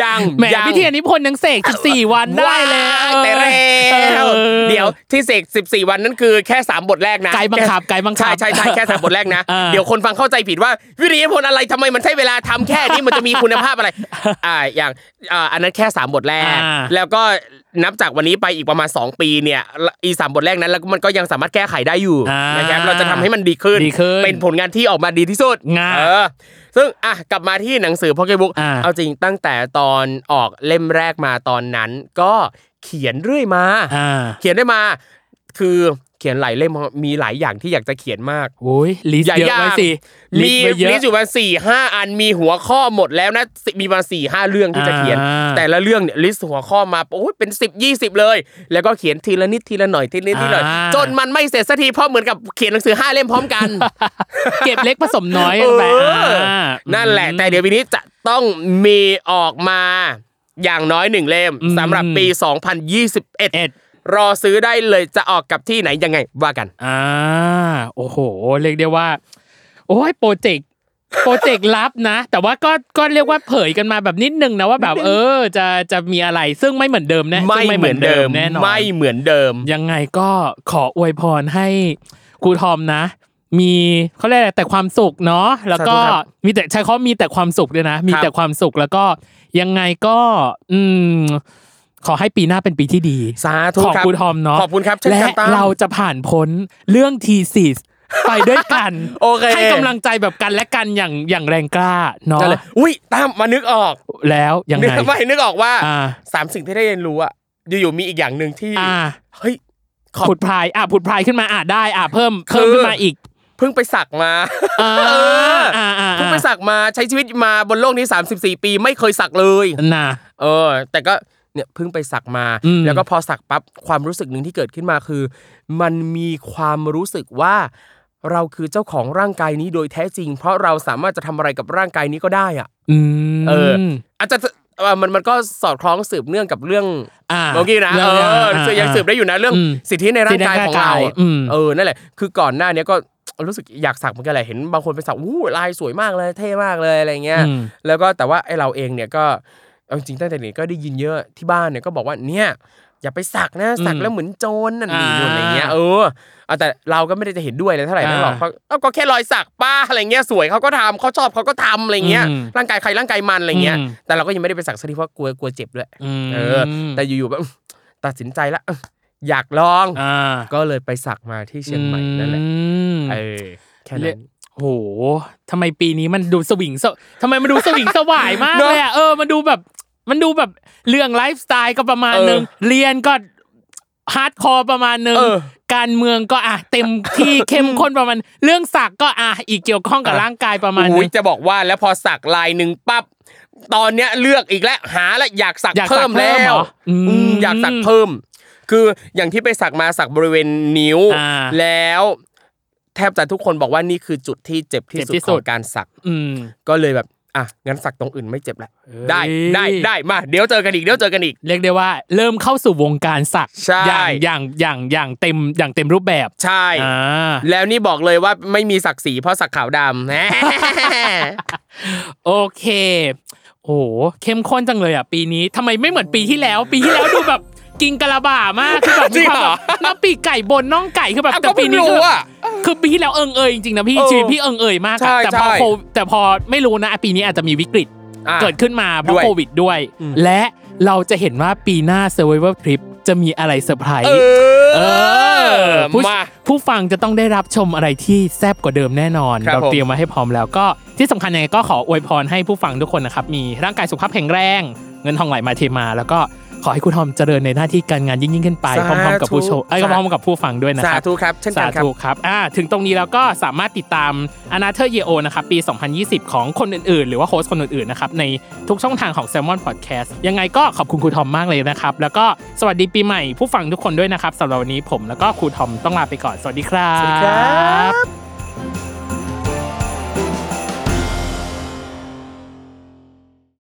ยัง
แหม
ยัง
พิธีนิพนธ์ยังเสก14 วันได้เลย
ว้ายแต่เร็ว
ออ
เดี๋ยวที่เสก14 วันนั้นคือแค่ 3 บทแรกนะ
ไกด์บังคับไกด์บังคับ
ใช่ใช่ใช่แค่สามบทแรกนะ
อ่า
เดี๋ยวคนฟังเข้าใจผิดว่า วิริยพลอะไรทำไมมันใช้เวลาทำแค่นี้มันจะมีคุณภาพอะไร อ่าอย่างอ่าอันนั้นแค่สามบทแรก
อ่า
แล้วก็นับจากวันนี้ไปอีกประมาณ 2 ปีเนี่ยอีสามบทแรกนั้นแล้วมันก็ยังสามารถแก้ไขได้อยู่
อ่าน
นะครับเราจะทำให้มันดีขึ้น
ดีขึ้น
เป็นผลงานที่ออกมาดีที่สุด
งา
เออซึ่งอ่ะกลับมาที่หนังสือพ็อกเก็ตบุ๊ก
อ่า
เอาจริงตั้งแต่ตอนออกเล่มแรกมาตอนนั้น ก็เขียนเรื่อยมา
อ่า
เขียนได้มา คือเขียนหลายเล่มมีหลายอย่างที่อยากจะเขียนมาก
โอ้ยลิสต์
อย่า
เยอะ
ยาก
ไว้สิ
มี
สต์ไว้เยอะ
ลิสต์อยู่ประมาณสี่ห้าอันมีหัวข้อหมดแล้วนะสิมีประมาณสี่ห้าเรื่องที่จะเขียน
อ่า
แต่ละเรื่องเนี่ยลิสต์หัวข้อมาโอ้ยเป็นสิบยี่สิบเลย แล้วก็เขียนทีละนิดทีละหน่อยทีละนิดทีละหน่อย
อ่า
จนมันไม่เสร็จสักทีเพราะเหมือนกับเขียนหนังสือห้าเล่มพร้อมกัน
เก็บเล็กผสม น้อย
เออ
ไปอ่า
นั่นแหละ แต่เดี๋ยวปีนี้จะต้องมีออกมาอย่างน้อยหนึ่งเล่มสำหรับปี
เอ็ด
2021 รอซื้อได้เลยจะออกกับที่ไหนยังไงว่ากัน
อ่าโอ้โห เรียกได้ว่า โอ้ยโปรเจกต์โปรเจกต์ลับนะ แต่ว่าก็ก็เรียกว่าเผยกันมาแบบนิดนึงนะว่า แบบเออจะจะมีอะไรซึ่งไม่เหมือนเดิมแน่ซึ่งแน่นอน
ไม่เหมือนเดิม
ยังไงก็ขออวยพรให้ครูทอมนะ มีเขาเรียกอะไรแต่ความสุขเนาะแล้วก็
สาธุครับ
มีแต่ใช้คำว่ามีแต่ความสุขด้วยนะ มี
ครับ
แต่ความสุขแล้วก็ยังไงก็อืมขอให้ปีหน้าเป็นปีที่ดี
สาธุ
ขอบ
ครับ
คุณทอมเนาะ
ขอบคุณครับเช่น
และ
กันตั้ม
เราจะผ่านพ้นเรื่องทีสิสไปด้วยกัน
โอเค
ให้กำลังใจแบบกันและกันอย่างอย่างแรงกล้าเนาะ
นั่นเลยอุ้ยตั้มมานึกออก
แล้วยัง
นึก
ไง
ไม่นึกออกว่า
อ่า
สามสิ่งที่ได้เรียนรู้อะอยู่ๆมีอีกอย่างหนึ่งที่
อ่า
เฮ้ย ขอบ
ผุดพลายอ่ะผุดพลายขึ้นมาอ่ะได้อ่ะเพิ่มเพิ่ม
คือ
ขึ้นมาอีก
เพิ่งไปสักมา
อ่า
เอออ่
อ่าอ่า
เพิ่งไปสักมาใช้ชีวิตมาบนโลกนี้ 34 ปีไม่เคยสักเลย
นะ
เออ แต่ก็เนี่ยเพิ่งไปสักมา
อืม
แล้วก็พอสักปั๊บความรู้สึกหนึ่งที่เกิดขึ้นมาคือ มันมีความรู้สึกว่า เราคือเจ้าของร่างกายนี้โดยแท้จริง เพราะเราสามารถจะทำอะไรกับร่างกายนี้ก็ได้อะ
อืม
เอ อาจจะเอ่อมันมันก็สอดคล้องสืบเนื่องกับเรื่อง
อ่า
เมื่อกี้นะเอง
รื่ะ
อ
อ่า
ซึ่งยังสืบได้อยู่นะเรื่อง
อืม
สิทธิในร่างกายของเรา
สิทธิในร่างกายอืม
เออนั่นแหละคือก่อนหน้าเนี้ยก็รู้สึกอยากสักเหมือนกันแหละเห็นบางคนไปสักอู้ลายสวยมากเลยเท่มากเลยอะไรเงี้ย
อืม
แล้วก็แต่ว่าไอเราเองเนี่ยก็เอาจริงๆตั้งแต่เด็กก็ได้ยินเยอะที่บ้านเนี่ยก็บอกว่าเนี่ยอย่าไปสักนะสัก
อืม
แล้วเหมือนโจรนั่นนี่
อ่า
นู่นอะไรเงี้ยเออเอาแต่เราก็ไม่ได้จะเห็นด้วยเลยเท่าไหร่นักหรอก
อ่า
เพราะเอ้าก็แค่รอยสักป้าอะไรเงี้ยสวยเขาก็ทำเขาชอบเขาก็ทำอะไรเงี้ย
อืม
ร่างกายใครร่างกายมันอะไรเงี้ย
อืม
แต่เราก็ยังไม่ได้ไปสักสักทีเพราะกลัวกลัวเจ็บด้วย
ม
เออ แต่อยู่ๆแบบ ตัดสินใจละเอ้ย อยากลอง
อ่า
ก็เลยไปสักมาที่เชียงใหม่นั่นแหละ
อืม
เออแค่
เรี
นั้
ยก
น
โหทำไมปีนี้มันดูสวิงสทำไมมันดูสวิงสวายมากเลยอ่ะ เออ มันดูแบบ มันดูแบบเรื่องไลฟ์สไตล์ก็ประมาณนึง เรียนก็ฮาร์ดคอร์ประมาณนึง
เออ
การเมืองก็อ่ะเต็มที่ เข้มข้นประมาณ เรื่องสักดิ์ก็อ่ะอีกเกี่ยวข้องกับ
อ่ะ
ร่างกายประมาณ
อุ๊
นึ
ย
ง
จะบอกว่าแล้วพอสักลายหนึ่งปั๊บตอนเนี้ยเลือกอีกแล้วหาแล้วอยากสัก
อยากสัก
เพิ่ม
เพิ่
แล้
มเหร
ว
ออืม
อืมอยากสักเพิ่ม คืออย่างที่ไปสักมาสักบริเวณนิ้ว
อ่า
แล้ว แทบจะทุกคนบอกว่านี่คือจุดที่เจ็บที่
เจ็บ
สุด
ที่
ข
สุ
อ
ด
งการสัก
อืม
ก็เลยแบบอ่ะงั้นสักตรงอื่นไม่เจ็บละ
เอ้ย
ได้ได้ได้มา เดี๋ยวเจอกันอีกเดี๋ยวเจอกันอีก
เรียกได้ว่า เริ่มเข้าสู่วงการสักดิ์
ใช่
อย่างอย่างอย่างอย่างเต็มอย่างเต็มรูปแบบ
ใช่
อ่า
แล้วนี่บอกเลยว่าไม่มีสักสีเพราะสักขาวดำแห ม
โอเค โอ้โหเข้มข้นจังเลยอ่ะ ปีนี้ทำไมไม่เหมือนปีที่แล้ว ปีที่แล้วดูแบบกินกะละบ่ามากคือแบบ
จริงเหรอ
มีความแบบน้ำปีกไก่บนน่องไก่คือแบบ
อ้าว
แต่ปีนี้
ก็เพิ่
คื
งรู้
อแบบ
อะ
คือปีที่แล้วเอิงเอยจริงๆนะพี่
เออ
ชีวิตพี่เอิงเอยมากอะ
ใช่
แต่พอ
ใช่
โควิดแต่พอไม่รู้นะปีนี้อาจจะมีวิกฤต
อ่ะ
เกิดขึ้นมาเพราะ
ด้วย
โควิดด้วย
อืม
และเราจะเห็นว่าปีหน้า Survivor Trip จะมีอะไรเซอร์ไพรส์
เอ
เอ
อ
อผู้
มา
ผู้ฟังจะต้องได้รับชมอะไรที่แซ่บกว่าเดิมแน่นอน
ครับ
เรา
ผม
เตรียมมาให้พร้อมแล้วก็ที่สำคัญยังไงก็ขออวยพรให้ผู้ฟังทุกคนนะครับ มีร่างกายสุขภาพแข็งแรง เงินทองไหลมาเทมา แล้วก็ขอให้คุณทอมเจริญในหน้าที่การงานยิ่งยิ่งๆขึ้นไปพ
สาธุ
ร้อมๆกับผู้ชมไอ้ย
สาธุ
พร้อมๆกับผู้ฟังด้วยนะ
สา
ครับ
ธุครับ เช่นกันครับ
ธุครับอ่าถึงตรงนี้แล้วก็สามารถติดตามอนาเธอร์เยโอนะครับปี 2020 ของคนอื่นๆ หรือว่าโค้ชคนอื่นๆนะครับในทุกช่องทางของ s ซ l m o n Podcast ยังไงก็ขอบคุณครูทอมมากเลยนะครับ แล้วก็สวัสดีปีใหม่ผู้ฟังทุกคนด้วยนะครับสำหรับวันนี้ผมแล้วก็ครูทอมต้องลาไปก่อนสวัสดีครับ
สวัสดีครับ